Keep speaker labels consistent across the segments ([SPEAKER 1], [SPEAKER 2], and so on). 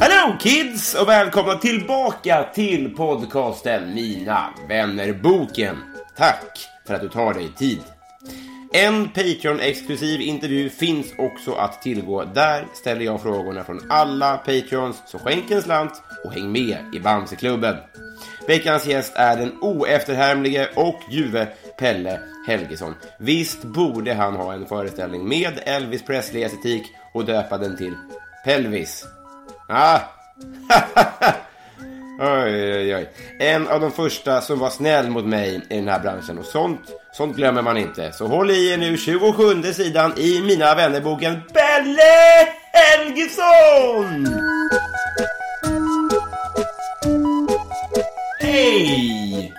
[SPEAKER 1] Hello kids och välkomna tillbaka till podcasten Mina vännerboken. Tack för att du tar dig tid. En Patreon-exklusiv intervju finns också att tillgå. Där ställer jag frågorna från alla Patreons, så skänk en slant och häng med i Bamseklubben. Veckans gäst är den oefterhärmlige och ljuve Pelle Helgesson. Visst borde han ha en föreställning med Elvis Presley-estetik och döpa den till Pelvis. Ah! oj, oj, oj. En av de första som var snäll mot mig i den här branschen och sånt, sånt glömmer man inte. Så håll i er nu, 27 sidan i Mina vännerboken Pelle Helgesson! Hej!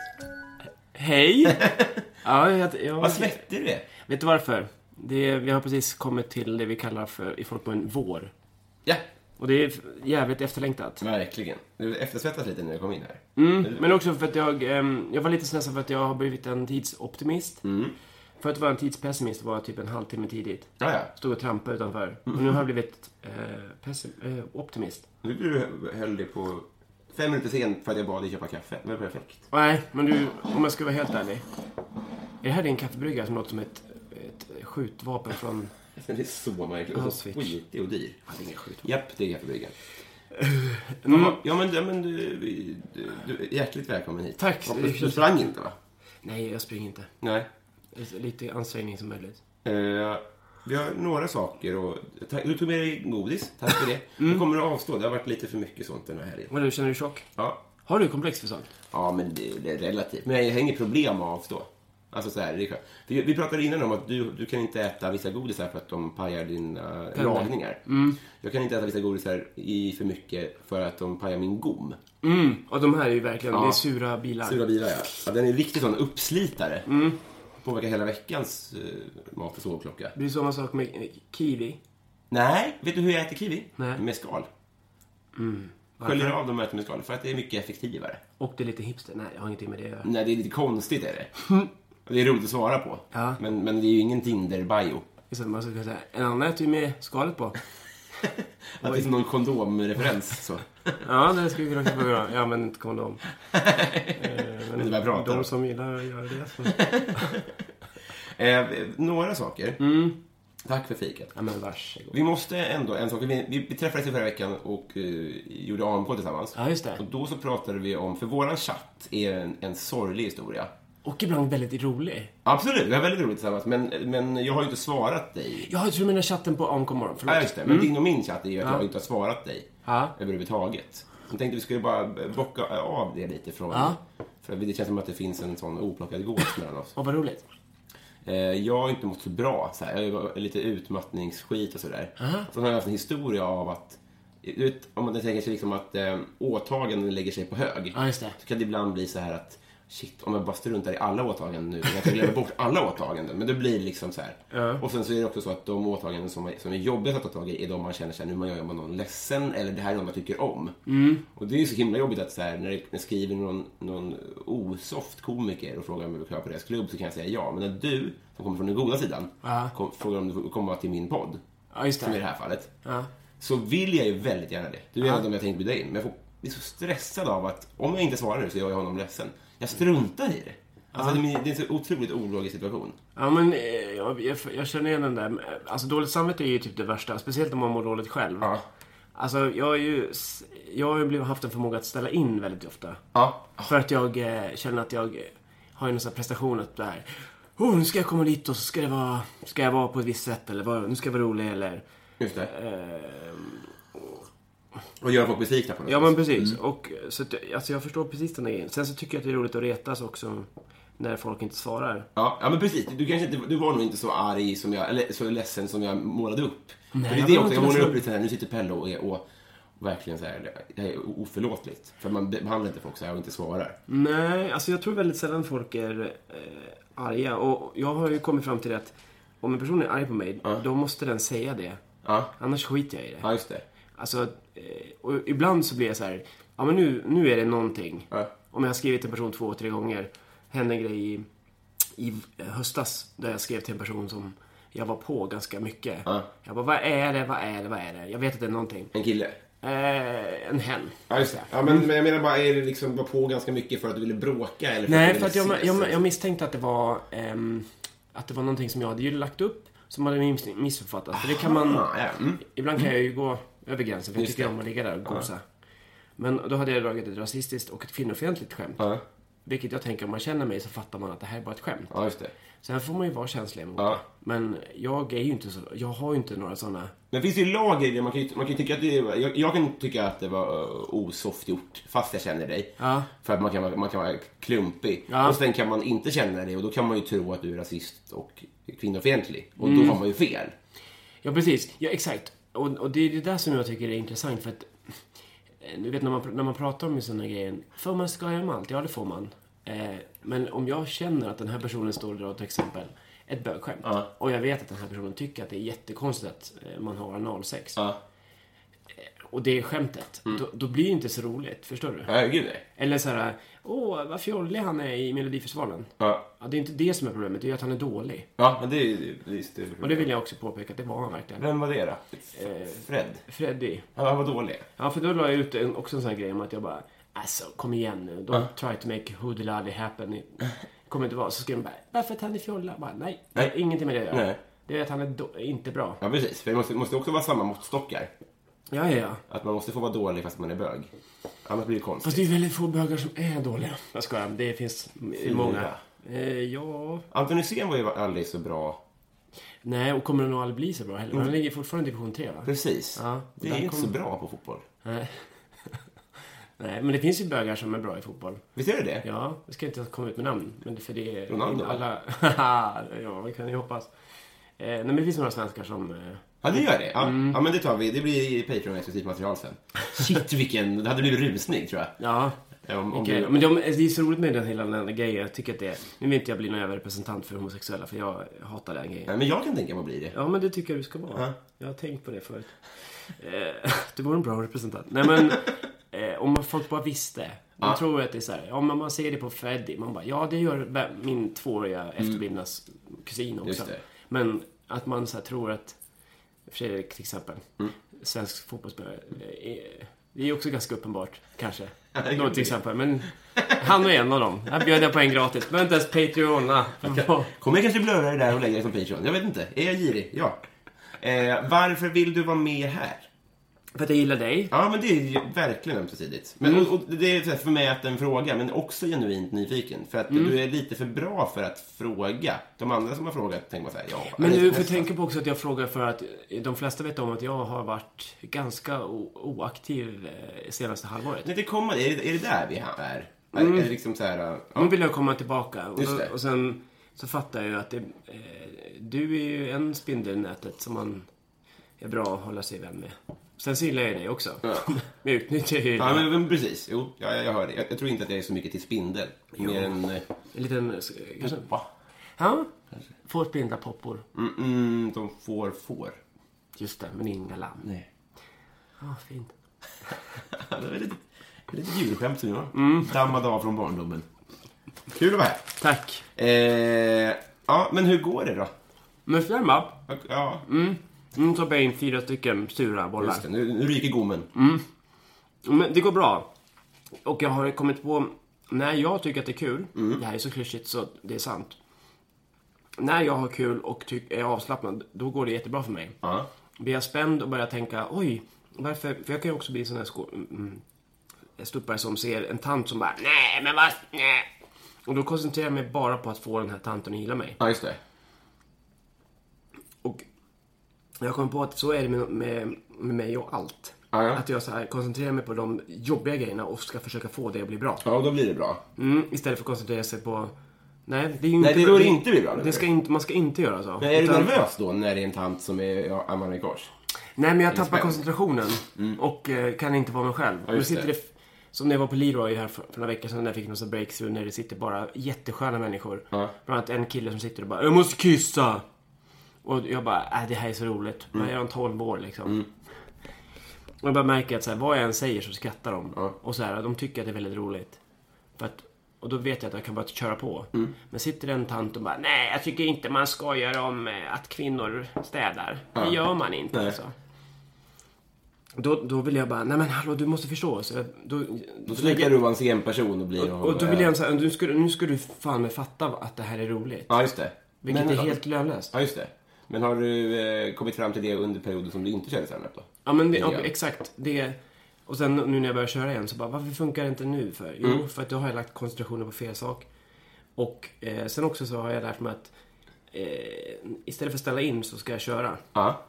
[SPEAKER 2] Hej! Ja, jag, jag,
[SPEAKER 1] Vad svettig du är.
[SPEAKER 2] Vet du varför? Det är, vi har precis kommit till det vi kallar för, i folkmun, vår.
[SPEAKER 1] Ja,
[SPEAKER 2] Och det är f- jävligt efterlängtat.
[SPEAKER 1] verkligen. Du eftersvettas lite när jag kom in här.
[SPEAKER 2] Mm, men också för att jag, ehm, jag var lite stressad för att jag har blivit en tidsoptimist. Förut var jag en tidspessimist och var typ en halvtimme tidigt.
[SPEAKER 1] Ja, ja.
[SPEAKER 2] Stod och trampade utanför. Och nu har jag blivit eh, pessim, eh, optimist.
[SPEAKER 1] Nu du höll dig på fem minuter sent för att jag bad dig köpa kaffe. Det var perfekt.
[SPEAKER 2] Nej, men du, om jag ska vara helt ärlig. Är det här din kaffebryggare som låter som ett, ett skjutvapen från...
[SPEAKER 1] Den är så märklig. Och så
[SPEAKER 2] Auschwitz.
[SPEAKER 1] skitig och dyr.
[SPEAKER 2] Ja, det är Eh, ingen skjutvapen.
[SPEAKER 1] Japp, det är kaffebryggaren. Ja, men, ja, men du, vi- du, du är hjärtligt välkommen hit.
[SPEAKER 2] Tack.
[SPEAKER 1] Hoppas du sprang inte, va?
[SPEAKER 2] Nej, jag springer inte.
[SPEAKER 1] Nej.
[SPEAKER 2] Lite ansträngning som möjligt.
[SPEAKER 1] Eh, vi har några saker och... Tack, du tog med dig godis. Tack för det.
[SPEAKER 2] Mm.
[SPEAKER 1] Du kommer att avstå. Det har varit lite för mycket sånt den här helgen.
[SPEAKER 2] Vadå, känner du tjock?
[SPEAKER 1] Ja,
[SPEAKER 2] Har du komplex för sånt?
[SPEAKER 1] ja men det, det är relativt. Men jag har inget problem med att avstå. Alltså så här, det är skönt. För Vi pratade innan om att du, du kan inte äta vissa godisar för att de pajar dina lagningar. Jag kan inte äta vissa godisar i för mycket för att de pajar min gom.
[SPEAKER 2] Mm, och de här är ju verkligen,
[SPEAKER 1] Ja.
[SPEAKER 2] det är sura bilar.
[SPEAKER 1] Sura bilar, ja. Mm. ja. Den är en riktig sån uppslitare. Påverkar hela veckans eh, mat och sovklocka.
[SPEAKER 2] Det är samma sak med eh, kiwi.
[SPEAKER 1] Nej, vet du hur jag äter kiwi?
[SPEAKER 2] Nej.
[SPEAKER 1] Med skal. Mm. Sköljer av dem och äter med skal, för att det är mycket effektivare.
[SPEAKER 2] Och det är lite hipster. Nej, jag har ingenting med det att göra.
[SPEAKER 1] Nej, det är lite konstigt är det. Och det är roligt att svara på.
[SPEAKER 2] Mm. Ja.
[SPEAKER 1] Men, men det är ju ingen Tinder-bio.
[SPEAKER 2] Det är så att man ska kunna säga, en annan äter ju med skalet på.
[SPEAKER 1] Att det är som någon kondomreferens. Så.
[SPEAKER 2] Ja, det skulle vi kunna få göra. Ja, men inte kondom.
[SPEAKER 1] Men det bara pratar.
[SPEAKER 2] De som gillar att göra det. Så.
[SPEAKER 1] Eh, några saker.
[SPEAKER 2] Mm.
[SPEAKER 1] Tack för fikat.
[SPEAKER 2] Ja, men varsågod.
[SPEAKER 1] Vi måste ändå, en sak. Vi, vi vi träffades i förra veckan och eh, gjorde AMK tillsammans.
[SPEAKER 2] Ja, just
[SPEAKER 1] Och
[SPEAKER 2] det.
[SPEAKER 1] då så pratade vi om, för våran chatt är en, en sorglig historia.
[SPEAKER 2] Och ibland väldigt rolig.
[SPEAKER 1] Absolut, vi har väldigt roligt tillsammans, men, men jag har ju inte svarat dig.
[SPEAKER 2] Ja, jag tror du menar chatten på AMK morgon. Förlåt.
[SPEAKER 1] Ja, just det. Men din och min chatt är ju att jag inte har svarat dig
[SPEAKER 2] Mm. Ja.
[SPEAKER 1] överhuvudtaget. Jag tänkte vi skulle bara bocka av det lite från...
[SPEAKER 2] Ja.
[SPEAKER 1] För det känns som att det finns en sån oplockad gås mellan oss.
[SPEAKER 2] Och vad roligt.
[SPEAKER 1] Eh, jag har inte mått så bra. Så här. Jag har lite utmattningsskit och sådär. Sen har jag haft en historia av att du vet, om man tänker sig liksom att eh, åtaganden lägger sig på hög.
[SPEAKER 2] Ja, just det.
[SPEAKER 1] Så kan det ibland bli så här att shit, om jag bara struntar i alla åtaganden nu. Jag kan glömma bort alla åtaganden. Men det blir det liksom så här. Och sen så är det också så att de åtaganden som, är- som är jobbiga att ta tag i är de man känner så här, nu man gör man någon ledsen eller det här är någon man tycker om. Och det är ju så himla jobbigt att så här, när det när skriver någon, någon osoft komiker och frågar om jag vill köra på deras klubb så kan jag säga ja. Men när du, som kommer från den goda sidan,
[SPEAKER 2] Ja.
[SPEAKER 1] kom, frågar om du får komma till min podd,
[SPEAKER 2] Ja, just
[SPEAKER 1] som i det
[SPEAKER 2] det.
[SPEAKER 1] här fallet,
[SPEAKER 2] Ja.
[SPEAKER 1] så vill jag ju väldigt gärna det. Du är en av dem jag tänkte bjuda in. Men jag får, blir så stressad av att om jag inte svarar nu så gör jag honom ledsen. Jag struntar i det. Alltså, det är- det är en så otroligt ologisk situation.
[SPEAKER 2] Ja, men eh, jag, jag, jag känner igen den där. Alltså dåligt samvete är ju typ det värsta. Speciellt om man mår dåligt själv.
[SPEAKER 1] Ja.
[SPEAKER 2] Alltså jag är ju... s- Jag har ju blivit, haft en förmåga att ställa in väldigt ofta.
[SPEAKER 1] Ja.
[SPEAKER 2] För att jag eh, känner att jag eh, har ju någon sån här prestation att det här... Oh, nu ska jag komma dit och så ska det vara... Ska jag vara på ett visst sätt eller vad, nu ska jag vara rolig eller... Eh,
[SPEAKER 1] Just det. Och göra folk besvikna på något
[SPEAKER 2] Ja
[SPEAKER 1] vis.
[SPEAKER 2] men precis. Och, så att, alltså, jag förstår precis den där grejen. Sen så tycker jag att det är roligt att retas också när folk inte svarar.
[SPEAKER 1] Ja, ja men precis. Du, kanske inte, du var nog inte så arg som jag, eller så ledsen som jag målade upp.
[SPEAKER 2] Nej,
[SPEAKER 1] För det
[SPEAKER 2] jag
[SPEAKER 1] är det
[SPEAKER 2] var
[SPEAKER 1] också,
[SPEAKER 2] inte
[SPEAKER 1] jag målar
[SPEAKER 2] ledsen.
[SPEAKER 1] upp lite här, nu sitter Pelle och är och, och verkligen så här, det är oförlåtligt. För man behandlar inte folk så här och inte svarar.
[SPEAKER 2] Nej, alltså jag tror väldigt sällan folk är eh, arga. Och jag har ju kommit fram till det att om en person är arg på mig, då måste den säga det.
[SPEAKER 1] Ja,
[SPEAKER 2] Annars skiter jag i det.
[SPEAKER 1] ja just det.
[SPEAKER 2] Alltså, eh, och ibland så blir jag så här, ja men nu, nu är det någonting.
[SPEAKER 1] Ja.
[SPEAKER 2] Om jag har skrivit till en person två, tre gånger. Hände en grej i, i höstas där jag skrev till en person som jag var på ganska mycket.
[SPEAKER 1] Ja.
[SPEAKER 2] Jag bara, vad är det, vad är det, vad är det? Jag vet att det är någonting.
[SPEAKER 1] En kille.
[SPEAKER 2] Eh, en hen.
[SPEAKER 1] Ja, just det. Ja, men, men jag menar bara, är det liksom, var på ganska mycket för att du ville bråka eller för
[SPEAKER 2] Nej,
[SPEAKER 1] du
[SPEAKER 2] för att
[SPEAKER 1] ville
[SPEAKER 2] jag,
[SPEAKER 1] ses,
[SPEAKER 2] jag,
[SPEAKER 1] eller?
[SPEAKER 2] jag misstänkte att det var ehm, att det var någonting som jag hade ju lagt upp som hade miss, missuppfattat. För det kan man...
[SPEAKER 1] Ah, ja. mm.
[SPEAKER 2] Ibland kan jag ju gå över gränsen för jag
[SPEAKER 1] Just
[SPEAKER 2] tycker
[SPEAKER 1] det.
[SPEAKER 2] om att ligga där och gosa. Men då hade jag dragit ett rasistiskt och ett kvinnofientligt skämt.
[SPEAKER 1] ja.
[SPEAKER 2] Vilket jag tänker, om man känner mig så fattar man att det här är bara ett skämt.
[SPEAKER 1] ja, just det.
[SPEAKER 2] Sen får man ju vara känslig mot
[SPEAKER 1] Ja.
[SPEAKER 2] det. Men jag är ju inte så... Jag har ju inte några sådana...
[SPEAKER 1] Men finns det ju lager i det. Man kan ju, man kan ju tycka att det är, jag, jag kan tycka att det var eh, osoft gjort, fast jag känner dig.
[SPEAKER 2] Ja.
[SPEAKER 1] För att man kan, vara- man kan vara klumpig.
[SPEAKER 2] Ja.
[SPEAKER 1] Och sen kan man inte känna dig och då kan man ju tro att du är rasist och kvinnofientlig. Och
[SPEAKER 2] Mm.
[SPEAKER 1] då har man ju fel.
[SPEAKER 2] Ja, precis. Ja, exakt. Och, och det är det där som jag tycker är intressant för att... eh, Du vet när man, pr- när man pratar om sådana grejer. Får man skoja med allt? Ja, det får man. Eh, men om jag känner att den här personen står och drar till exempel ett bögskämt. Och jag vet att den här personen tycker att det är jättekonstigt att eh, man har analsex. eh,
[SPEAKER 1] Ja. Mm.
[SPEAKER 2] Och det är skämtet. Då, då blir det inte så roligt, förstår du?
[SPEAKER 1] Ja, gud nej.
[SPEAKER 2] Eller så här, åh vad fjollig han är i Melodifestivalen.
[SPEAKER 1] Ja.
[SPEAKER 2] Ja, det är inte det som är problemet, det är att han är dålig.
[SPEAKER 1] Ja, men det är ju... visst, det är-
[SPEAKER 2] Och det vill Eh. jag också påpeka, att det var han verkligen.
[SPEAKER 1] Vem var det då? Fred?
[SPEAKER 2] Freddy.
[SPEAKER 1] Ja, han var dålig.
[SPEAKER 2] Ja, för då la jag ut en, också en sån här grej om att jag bara, alltså kom igen nu, don't try to make Hoodilali happen. Det Kommer inte vara. Så skrev de bara, varför att han är fjolla? Bara, nej, det har
[SPEAKER 1] Nej.
[SPEAKER 2] ingenting med det att göra.
[SPEAKER 1] Nej.
[SPEAKER 2] Det är att han är do- inte bra.
[SPEAKER 1] Ja, precis. För det måste, måste också vara samma måttstockar.
[SPEAKER 2] Ja, ja, ja.
[SPEAKER 1] Att man måste få vara dålig fast man är bög. Annars blir det konstigt.
[SPEAKER 2] Fast det är väldigt få bögar som är dåliga. Jag skojar, det finns
[SPEAKER 1] Fyra.
[SPEAKER 2] många. Eh, ja...
[SPEAKER 1] Anton Hysén var ju aldrig så bra.
[SPEAKER 2] Nej, och kommer det nog aldrig bli så bra heller. Han
[SPEAKER 1] Mm.
[SPEAKER 2] ligger fortfarande i division 3, va?
[SPEAKER 1] Precis.
[SPEAKER 2] Ja,
[SPEAKER 1] det
[SPEAKER 2] där
[SPEAKER 1] är inte
[SPEAKER 2] kom-
[SPEAKER 1] så bra på fotboll.
[SPEAKER 2] Nej. Nej, men det finns ju bögar som är bra i fotboll.
[SPEAKER 1] Visst är det det?
[SPEAKER 2] Ja, jag ska inte komma ut med namn. Men det, för det är
[SPEAKER 1] Ronaldo?
[SPEAKER 2] alla... ja, vi kan ju hoppas. Eh, nej, men det finns några svenskar som... Eh,
[SPEAKER 1] Ja, det gör det. Ja,
[SPEAKER 2] Mm.
[SPEAKER 1] ja men det tar vi. Det blir Patreon-exklusivt material sen. Shit, vilken... Det hade blivit rusning, tror jag.
[SPEAKER 2] ja.
[SPEAKER 1] Om, om
[SPEAKER 2] Okej,
[SPEAKER 1] du...
[SPEAKER 2] men de, det är så roligt med den hela den här grejen. Jag tycker att det Nu vill inte jag bli någon överrepresentant för homosexuella, för jag hatar den grejen.
[SPEAKER 1] Nej, men jag kan tänka mig att bli det.
[SPEAKER 2] Ja, men det tycker jag du ska vara.
[SPEAKER 1] Ja.
[SPEAKER 2] Jag har tänkt på det förut. Eh, du vore en bra representant. Nej, men eh, om man- folk bara visste. Man
[SPEAKER 1] Ja.
[SPEAKER 2] tror att det är så här, ja, men man ser det på Freddy. Man bara, ja, det gör vem- min tvååriga efterblivnas kusin också.
[SPEAKER 1] Mm. Just det.
[SPEAKER 2] Men att man så här, tror att Fredrik till exempel,
[SPEAKER 1] Mm.
[SPEAKER 2] svensk fotbollsspelare, eh, är- det är också ganska uppenbart, kanske.
[SPEAKER 1] det
[SPEAKER 2] Då
[SPEAKER 1] kan
[SPEAKER 2] till
[SPEAKER 1] bli.
[SPEAKER 2] exempel, men han är en av dem. Här bjöd jag på en gratis. Behöver inte ens Patreona.
[SPEAKER 1] Kommer jag kanske blöra det där och lägga det som Patreon? Jag vet inte. Är jag girig? Ja. Eh, varför vill du vara med här?
[SPEAKER 2] För att jag gillar dig.
[SPEAKER 1] Ja, men det är ju verkligen ömsesidigt. Men,
[SPEAKER 2] Mm.
[SPEAKER 1] och, och det är så här för mig att en fråga, men också genuint nyfiken. För att
[SPEAKER 2] Mm.
[SPEAKER 1] du är lite för bra för att fråga. De andra som har frågat tänker man så här, ja. nej,
[SPEAKER 2] Men nu får jag
[SPEAKER 1] nästan.
[SPEAKER 2] tänka på också att jag frågar för att de flesta vet om att jag har varit ganska o- oaktiv eh, senaste halvåret.
[SPEAKER 1] Nej, det kommer. Är det, är det där vi är?
[SPEAKER 2] Mm.
[SPEAKER 1] Är, är det liksom så här... Ja.
[SPEAKER 2] Nu vill jag komma tillbaka och,
[SPEAKER 1] Just
[SPEAKER 2] då,
[SPEAKER 1] det.
[SPEAKER 2] och sen så fattar jag ju att det, eh, du är ju en spindel i nätet som man är bra att hålla sig vän med. Sen så gillar jag ju dig också. Men jag utnyttjar ju
[SPEAKER 1] Ja,
[SPEAKER 2] dig.
[SPEAKER 1] men, men precis. Jo, ja, jag, jag hör det. Jag, jag tror inte att jag är så mycket till spindel. Mer än... eh,
[SPEAKER 2] En liten... eh, Kanske,
[SPEAKER 1] Va?
[SPEAKER 2] ja? Får spindlar poppor.
[SPEAKER 1] Mm, mm, de får får.
[SPEAKER 2] Just det, men inga lamm.
[SPEAKER 1] Nej.
[SPEAKER 2] Ja, fint.
[SPEAKER 1] det är lite, det är lite julskämt som jag mm. dammade av från barndomen. Kul att vara här.
[SPEAKER 2] Tack.
[SPEAKER 1] Eh, ja, men hur går det då?
[SPEAKER 2] Musslorna.
[SPEAKER 1] Ja,
[SPEAKER 2] Nu tar jag in fyra stycken sura bollar.
[SPEAKER 1] just Mm. det. Nu, nu ryker gommen.
[SPEAKER 2] Men det går bra. Och jag har kommit på när jag tycker att det är kul,
[SPEAKER 1] Mm.
[SPEAKER 2] det här är så klyschigt så det är sant. När jag har kul och tyck, är avslappnad, då går det jättebra för mig.
[SPEAKER 1] Ja.
[SPEAKER 2] Blir jag spänd och börjar tänka, oj, varför? För jag kan ju också bli en sån här sko- mm, stuppare som ser en tant som bara, nej men vad, nej. Och då koncentrerar jag mig bara på att få den här tanten att gilla mig.
[SPEAKER 1] Ja, just det.
[SPEAKER 2] Och jag kom på att så är det med, med, med mig och allt.
[SPEAKER 1] Ja, ja.
[SPEAKER 2] Att jag så här koncentrerar mig på de jobbiga grejerna och ska försöka få det att bli bra.
[SPEAKER 1] Ja, då blir det bra.
[SPEAKER 2] Mm, istället för att koncentrera sig på... Nej, det är ju
[SPEAKER 1] Nej,
[SPEAKER 2] inte...
[SPEAKER 1] det är då det inte blir bra, eller
[SPEAKER 2] Det ska inte, man ska inte göra så.
[SPEAKER 1] Men är du
[SPEAKER 2] Utan-
[SPEAKER 1] nervös då när det är en tant som är ja, Amanda Gage?
[SPEAKER 2] Nej, men jag tappar
[SPEAKER 1] spänd?
[SPEAKER 2] koncentrationen och eh, kan inte vara mig själv.
[SPEAKER 1] Mm. Ja,
[SPEAKER 2] nu
[SPEAKER 1] just
[SPEAKER 2] sitter
[SPEAKER 1] det.
[SPEAKER 2] det. f- som när jag var på Leroy här för, för några veckor sedan när jag fick några breakthrough när det sitter bara jättesköna människor.
[SPEAKER 1] Ja.
[SPEAKER 2] Bland annat en kille som sitter och bara “Jag måste kissa!” Och jag bara äh, det här är så roligt”.
[SPEAKER 1] Mm.
[SPEAKER 2] Man är han 12 år liksom. Och jag bara märker att så här, vad jag än säger så skrattar de.
[SPEAKER 1] Ja.
[SPEAKER 2] Och så här, de tycker att det är väldigt roligt. För att, och då vet jag att jag kan bara köra på.
[SPEAKER 1] Mm.
[SPEAKER 2] Men sitter en tant och bara “Nej, jag tycker inte man ska göra om eh, att kvinnor städar. Det gör man inte
[SPEAKER 1] Nej.
[SPEAKER 2] alltså. Då, då vill jag bara, nej men hallå du måste förstå. Så jag, då,
[SPEAKER 1] Då slutar du vara en sen person och blir...
[SPEAKER 2] och då vill jag säga, nu ska, du- nu ska du fan mig fatta att det här är roligt.
[SPEAKER 1] Ja, just det.
[SPEAKER 2] Vilket
[SPEAKER 1] Men-
[SPEAKER 2] är helt lönlöst.
[SPEAKER 1] Ja, just det. Men har du eh, kommit fram till det under perioden som du inte körde stand-up då?
[SPEAKER 2] Ja men det,
[SPEAKER 1] Ja.
[SPEAKER 2] ja, exakt. Det, och sen nu när jag börjar köra igen så bara, varför funkar det inte nu för? Jo,
[SPEAKER 1] Mm.
[SPEAKER 2] för att då har jag lagt koncentrationen på fel sak. Och eh, sen också så har jag lärt mig att eh, istället för att ställa in så ska jag köra.
[SPEAKER 1] Ja.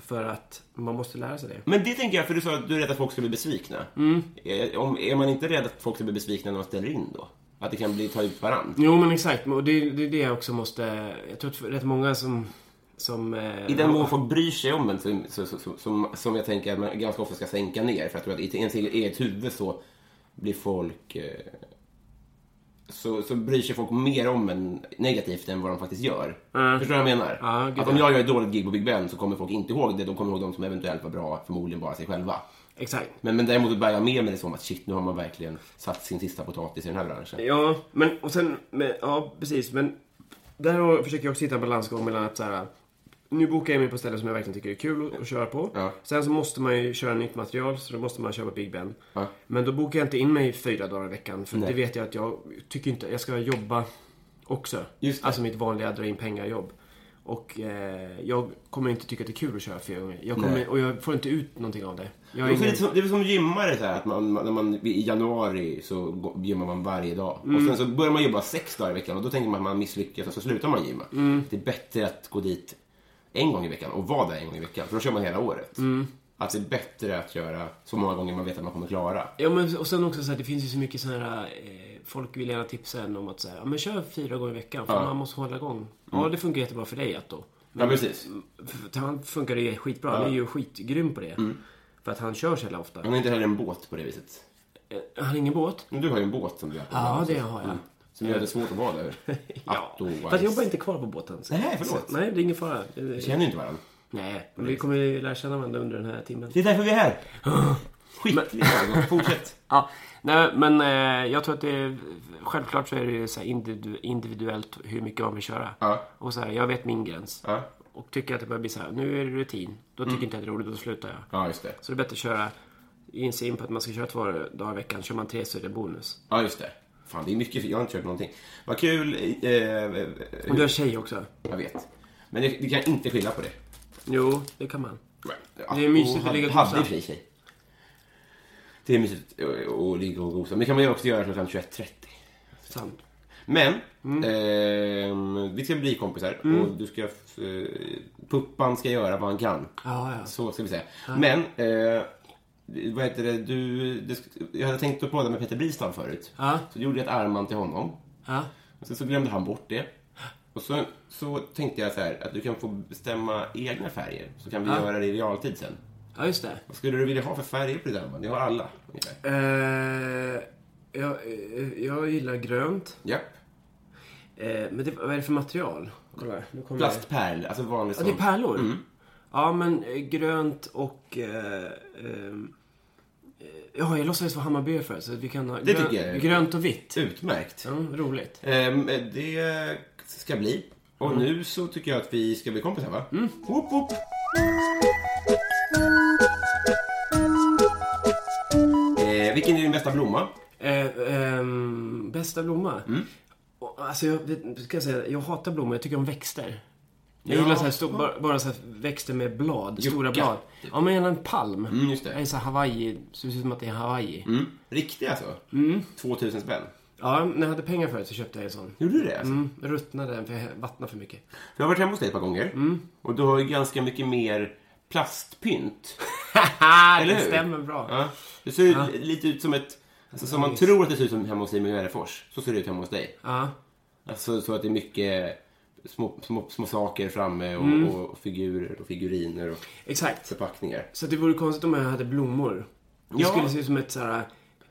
[SPEAKER 2] För att man måste lära sig det.
[SPEAKER 1] Men det tänker jag, för du sa att du är rädd att folk ska bli besvikna. Mm. Är, om, är man inte rädd att folk ska bli besvikna när man ställer in då? Att det kan bli ta ut varandra?
[SPEAKER 2] Jo men exakt, och det, det är det jag också måste... Jag tror att rätt många som... som eh,
[SPEAKER 1] I den mån folk bryr sig om en, så, så, så, som, som jag tänker att man ganska ofta ska sänka ner. För jag tror att i ens eget huvud så blir folk... Eh, så, så bryr sig folk mer om en negativt än vad de faktiskt gör. Förstår du vad jag menar?
[SPEAKER 2] Ja, gud,
[SPEAKER 1] att om jag gör ett dåligt gig på Big Ben så kommer folk inte ihåg det. De kommer ihåg de som eventuellt var bra, förmodligen bara sig själva.
[SPEAKER 2] Exakt.
[SPEAKER 1] Men, men däremot bär jag med mig det som att shit, nu har man verkligen satt sin sista potatis i den här branschen.
[SPEAKER 2] Ja, men och sen... Men, ja, precis. Men där har- försöker jag också hitta en balansgång mellan att så här, Nu bokar jag mig på ställen som jag verkligen tycker är kul att, att köra på.
[SPEAKER 1] Ja.
[SPEAKER 2] Sen så måste man ju köra nytt material, så då måste man köpa Big Ben.
[SPEAKER 1] Ja.
[SPEAKER 2] Men då bokar jag inte in mig fyra dagar i veckan, för
[SPEAKER 1] Nej.
[SPEAKER 2] det vet jag att jag tycker inte... Jag ska jobba också.
[SPEAKER 1] Just det.
[SPEAKER 2] Alltså mitt vanliga dra in pengar-jobb. Och eh, jag kommer inte tycka att det är kul att köra fyra gånger. Jag
[SPEAKER 1] Nej.
[SPEAKER 2] kommer, och jag får inte ut någonting av det. Jag har
[SPEAKER 1] Det är
[SPEAKER 2] ingen-
[SPEAKER 1] lite som, det är som gymmare så här, att man, man- när man i januari så går- gymmar man varje dag. Och sen så börjar man jobba sex dagar i veckan och då tänker man att man misslyckas och så slutar man gymma. Det är bättre att gå dit en gång i veckan och vara där en gång i veckan för då kör man hela året. Att det är bättre att göra så många gånger man vet att man kommer klara.
[SPEAKER 2] Ja, men och sen också så här, det finns ju så mycket sådana här... Eh, folk vill gärna tipsa en om att säga, ja men kör fyra gånger i veckan för
[SPEAKER 1] Ja. Mm.
[SPEAKER 2] man måste hålla igång. Ja, det funkar jättebra för dig att då.
[SPEAKER 1] Ja, precis.
[SPEAKER 2] För han funkar det skitbra, han är ju skitgrym på det.
[SPEAKER 1] Mm.
[SPEAKER 2] För att han kör så jävla ofta.
[SPEAKER 1] Man har inte heller en båt på det viset.
[SPEAKER 2] Eh, Han har ingen båt?
[SPEAKER 1] Men du har ju en båt som du har på
[SPEAKER 2] Ja, det har jag.
[SPEAKER 1] Som gör det svårt att vara där.
[SPEAKER 2] Ja.
[SPEAKER 1] Otherwise.
[SPEAKER 2] Fast jag jobbar inte kvar på båten. Så.
[SPEAKER 1] Nej, förlåt.
[SPEAKER 2] Så, nej, det är ingen fara. Eh,
[SPEAKER 1] Vi känner ju inte varandra.
[SPEAKER 2] Nej, men vi kommer ju lära känna varandra under den här timmen.
[SPEAKER 1] Det är därför vi är här. Skit i ögonen. Fortsätt.
[SPEAKER 2] Ja, nej, men eh, jag tror att det är, självklart så är det ju så här individu- individuellt hur mycket man vill köra.
[SPEAKER 1] Ja.
[SPEAKER 2] Och så här, jag vet min gräns.
[SPEAKER 1] Ja. Mm.
[SPEAKER 2] Och tycker jag att det börjar bli så här, nu är det rutin. Då tycker inte jag det är roligt, då slutar jag.
[SPEAKER 1] Ja, just det.
[SPEAKER 2] Så det är bättre att köra, inse in på att man ska köra två dagar i veckan. Kör man tre så är det bonus.
[SPEAKER 1] Ja, just det. Fan, det är mycket. Jag har inte kört någonting. Vad kul. Eh, eh,
[SPEAKER 2] Och du är tjej också.
[SPEAKER 1] jag vet. Men det, det kan jag inte skilja på det.
[SPEAKER 2] Jo, det kan man.
[SPEAKER 1] Att-
[SPEAKER 2] Det är mysigt
[SPEAKER 1] och
[SPEAKER 2] att
[SPEAKER 1] hade-
[SPEAKER 2] ligga och
[SPEAKER 1] Hade
[SPEAKER 2] gosa.
[SPEAKER 1] i och för sig tjej. Det är mysigt att- att ligga och gosa. Men det kan man ju också göra klockan 21.30.
[SPEAKER 2] Sant.
[SPEAKER 1] Men,
[SPEAKER 2] Mm.
[SPEAKER 1] ehm, vi ska bli kompisar och du ska... Eh, puppan ska göra vad han kan.
[SPEAKER 2] Ja, ja.
[SPEAKER 1] Så ska vi säga. Men, eh, vad heter det, du... Det, jag hade tänkt att podda med Peter Bristam förut.
[SPEAKER 2] Ja.
[SPEAKER 1] Så gjorde jag ett armband till honom.
[SPEAKER 2] Ja.
[SPEAKER 1] Och sen så glömde han bort det. Och så, så tänkte jag så här, att du kan få bestämma egna färger. Så kan vi göra det i realtid sen.
[SPEAKER 2] ja, just det.
[SPEAKER 1] Vad skulle du vilja ha för färger på ditt armband? Jag har alla. ungefär.
[SPEAKER 2] Eh, jag, eh, jag gillar grönt.
[SPEAKER 1] Japp.
[SPEAKER 2] Eh, men det, vad är det för material? Kolla här. Nu kommer det.
[SPEAKER 1] Plastpärl, alltså vanlig
[SPEAKER 2] Ja,
[SPEAKER 1] sån.
[SPEAKER 2] det är pärlor.
[SPEAKER 1] Mm.
[SPEAKER 2] Ja, men eh, grönt och... Eh, eh, ja, jag låtsades vara Hammarby för så att vi kan ha
[SPEAKER 1] Det tycker jag är-
[SPEAKER 2] grönt och vitt.
[SPEAKER 1] Utmärkt.
[SPEAKER 2] Ja, roligt.
[SPEAKER 1] Ehm, det ska bli. Och
[SPEAKER 2] Mm.
[SPEAKER 1] nu så tycker jag att vi ska bli kompisar, va? Mm. Whoop, whoop. Eh, vilken är din bästa blomma?
[SPEAKER 2] Eh, ehm, bästa blomma?
[SPEAKER 1] Mm.
[SPEAKER 2] Och, Alltså, jag, det- ska jag, säga, jag hatar blommor. Jag tycker om växter. Jag
[SPEAKER 1] Ja.
[SPEAKER 2] gillar så här, stor, bara, bara så här växter med blad. Stora
[SPEAKER 1] Yucca,
[SPEAKER 2] blad.
[SPEAKER 1] typ.
[SPEAKER 2] Ja, men gärna en palm.
[SPEAKER 1] Mm, just det.
[SPEAKER 2] är så här Hawaii. Så det ser ut som att det är Hawaii.
[SPEAKER 1] Mm. Riktiga alltså?
[SPEAKER 2] Mm.
[SPEAKER 1] 2000 spänn?
[SPEAKER 2] Ja, när jag hade pengar förut så köpte jag en sån.
[SPEAKER 1] Gjorde du det? Alltså?
[SPEAKER 2] Mm, ruttnade den för jag vattnade för mycket.
[SPEAKER 1] För jag har varit hemma hos dig ett par gånger och du har ju ganska mycket mer plastpynt.
[SPEAKER 2] Haha,
[SPEAKER 1] Eller
[SPEAKER 2] Ah, det
[SPEAKER 1] hur?
[SPEAKER 2] stämmer bra.
[SPEAKER 1] Ja. Det ser ju lite ut som ett... Alltså, som man tror att det ser ut som hemma hos Simon Gärdenfors, så ser det ut hemma hos dig.
[SPEAKER 2] Ja.
[SPEAKER 1] Alltså så att det är mycket små, små, små saker framme och, och figurer och figuriner och
[SPEAKER 2] Exakt.
[SPEAKER 1] förpackningar.
[SPEAKER 2] Så det vore konstigt om jag hade blommor. Det
[SPEAKER 1] Ja.
[SPEAKER 2] skulle se ut som ett såhär...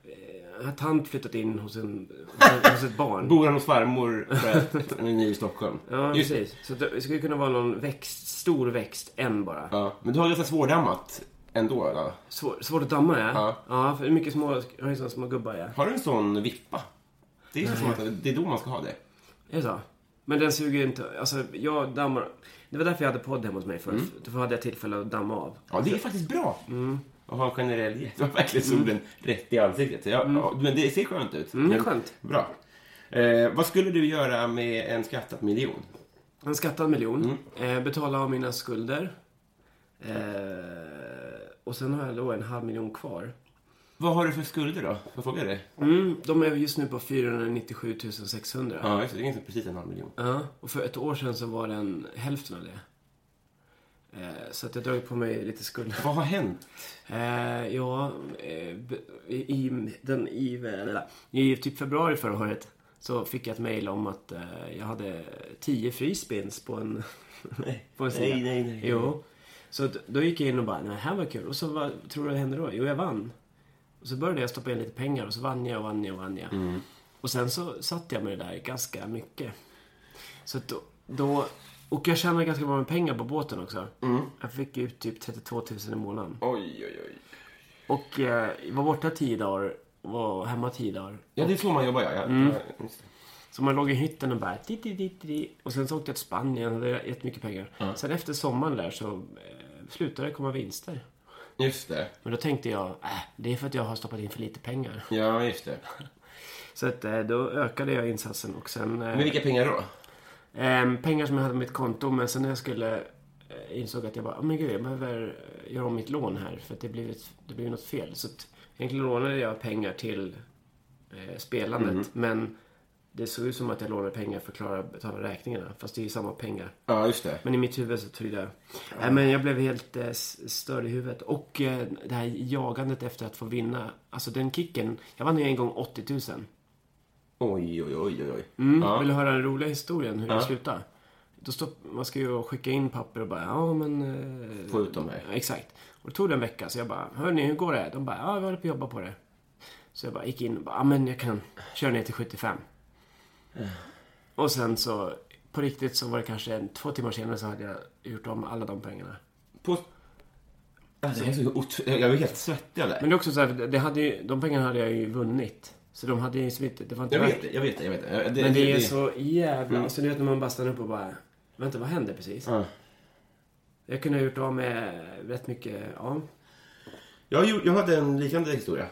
[SPEAKER 2] eh, Har tant flyttat in hos, en, hos- hos ett barn?
[SPEAKER 1] Bor han hos farmor för att han är ny i Stockholm?
[SPEAKER 2] Ja,
[SPEAKER 1] Just-
[SPEAKER 2] precis. Så det skulle kunna vara någon växt, stor växt, en bara.
[SPEAKER 1] Ja. Men du har ganska svårdammat ändå. Va?
[SPEAKER 2] Svår, svårt att damma, ja.
[SPEAKER 1] Ja.
[SPEAKER 2] Ja, för det är mycket små, jag har ju såna små gubbar, ja.
[SPEAKER 1] Har du en sån vippa? Det är, så som att det är då man ska ha det.
[SPEAKER 2] Är det så? Men den suger ju inte, alltså jag dammar... Det var därför jag hade podd hemma hos mig förut.
[SPEAKER 1] Mm.
[SPEAKER 2] Då hade jag tillfälle att damma av.
[SPEAKER 1] Ja, det är faktiskt bra. Mm. Att Mm. ha en generell jätte. Och verkligen solen rätt i ansiktet. Så Ja, ja, Men det ser Mm. skönt ut.
[SPEAKER 2] Mm, det är skönt.
[SPEAKER 1] Bra. Eh, vad skulle du göra med en skattad miljon?
[SPEAKER 2] En skattad miljon.
[SPEAKER 1] Mm.
[SPEAKER 2] Eh, betala av mina skulder. Eh, och sen har jag då en halv miljon kvar.
[SPEAKER 1] Vad har du för skulder då? Vad frågar jag dig?
[SPEAKER 2] Mm, de är just nu på 497 600.
[SPEAKER 1] Ja, just det. Det är ganska precis en halv miljon.
[SPEAKER 2] Ja, och för ett år sedan så var den hälften av det. Eh, så att jag har dragit på mig lite skuld.
[SPEAKER 1] Vad har hänt?
[SPEAKER 2] Eh, ja, eh, b- i, den, i, eller, i typ februari förra året så fick jag ett mejl om att eh, jag hade 10 frispins på en, på en sida.
[SPEAKER 1] nej, nej, nej.
[SPEAKER 2] Jo. Så att, då gick jag in och bara, nej, här var kul. Och så vad tror du det hände då? Jo, jag vann. Och så började jag stoppa in lite pengar och så vann jag och vann jag och vann jag.
[SPEAKER 1] Mm.
[SPEAKER 2] Och sen så satt jag med det där ganska mycket. Så att då, då, och jag tjänade ganska bra med pengar på båten också.
[SPEAKER 1] Mm.
[SPEAKER 2] Jag fick ut typ 32 000 i månaden.
[SPEAKER 1] Oj, oj, oj.
[SPEAKER 2] Och eh, var borta 10 dagar och var hemma 10 dagar.
[SPEAKER 1] Ja, det är så man jobbar, ja. ja. Ja, just det.
[SPEAKER 2] Så man låg i hytten och bara... Di, di, di, di, di. Och sen så åkte jag till Spanien och hade jättemycket pengar. Sen efter sommaren där så eh, slutade det komma vinster.
[SPEAKER 1] Just det.
[SPEAKER 2] Men då tänkte jag, äh, det är för att jag har stoppat in för lite pengar.
[SPEAKER 1] Ja, just det.
[SPEAKER 2] Så att, eh, då ökade jag insatsen och sen... eh,
[SPEAKER 1] Men vilka pengar då?
[SPEAKER 2] Ehm, pengar som jag hade på mitt konto men sen när jag skulle eh, insåg att jag bara, "Åh, men gud jag behöver eh, göra om mitt lån här för att det blev, ett, det blev något fel. Så att, egentligen lånade jag pengar till eh, spelandet men det såg ut som att jag lånade pengar för att klara betala räkningarna fast det är ju samma pengar.
[SPEAKER 1] Ja, just det.
[SPEAKER 2] Men i mitt huvud så trodde jag... Nej, men jag blev helt eh, s- störd i huvudet. Och eh, det här jagandet efter att få vinna. Alltså den kicken. Jag vann ju en gång 80 000.
[SPEAKER 1] Oj, oj, oj, oj, oj.
[SPEAKER 2] Mm. Vill du höra den roliga historien hur det slutade? Då stopp, man ska ju skicka in papper och bara, ja men... eh,
[SPEAKER 1] Få ut dem här.
[SPEAKER 2] Ja, Exakt. Och det tog det en vecka, så jag bara, hörni hur går det? De bara, ja vi håller på att jobba på det. Så jag bara gick in och bara, ja men jag kan köra ner till 75. Och sen så, på riktigt så var det kanske en, två timmar senare så hade jag gjort om alla de pengarna.
[SPEAKER 1] På... Alltså, jag, är så ot... jag blir helt svettig av det
[SPEAKER 2] Men
[SPEAKER 1] här.
[SPEAKER 2] det är också så här, det hade ju, de pengarna hade jag ju vunnit. Så de hade ju liksom inte, det var inte
[SPEAKER 1] Jag
[SPEAKER 2] värt
[SPEAKER 1] vet det, jag vet det. Jag vet det. Jag-
[SPEAKER 2] Men det är så jävla... Alltså du vet när man bara stannar upp och bara... Vänta, vad hände precis?
[SPEAKER 1] Ja.
[SPEAKER 2] Jag kunde ha gjort av med rätt mycket... Ja.
[SPEAKER 1] Jag, gjorde- jag hade en liknande historia.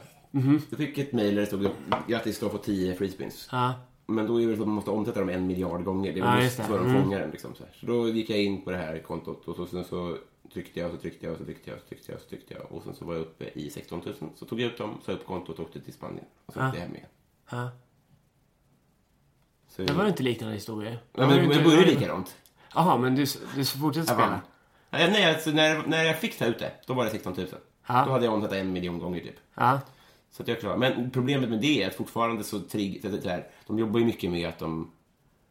[SPEAKER 1] Jag fick ett mejl där det stod grattis, du har fått 10 frispins.
[SPEAKER 2] Mhm. Ja.
[SPEAKER 1] Men då är det så att man måste omsätta dem en miljard gånger. Det är
[SPEAKER 2] Ja,
[SPEAKER 1] väl
[SPEAKER 2] just
[SPEAKER 1] just
[SPEAKER 2] det.
[SPEAKER 1] vad de
[SPEAKER 2] Mm.
[SPEAKER 1] fångar den. Liksom, så, här. så då gick jag in på det här kontot och så, sen så tryckte jag och så tryckte jag och så tryckte jag och så tryckte jag och så tryckte jag. Och sen så var jag uppe i 16 000. Så tog jag ut dem, sa upp kontot och åkte till Spanien. Och så åkte jag hem igen.
[SPEAKER 2] ja.
[SPEAKER 1] Så,
[SPEAKER 2] Det var inte liknande historier.
[SPEAKER 1] ja, men det började likadant.
[SPEAKER 2] Jaha, men du, du fortsätter
[SPEAKER 1] Jag vann.
[SPEAKER 2] spela?
[SPEAKER 1] Nej, nej, alltså, när, när jag fick ta ut det, då var det 16 000.
[SPEAKER 2] Ja.
[SPEAKER 1] Då hade jag omsatt en miljon gånger typ.
[SPEAKER 2] Ja.
[SPEAKER 1] Så att jag klarar. Men problemet med det är att fortfarande så trigg, så att det här, de jobbar ju mycket med att de,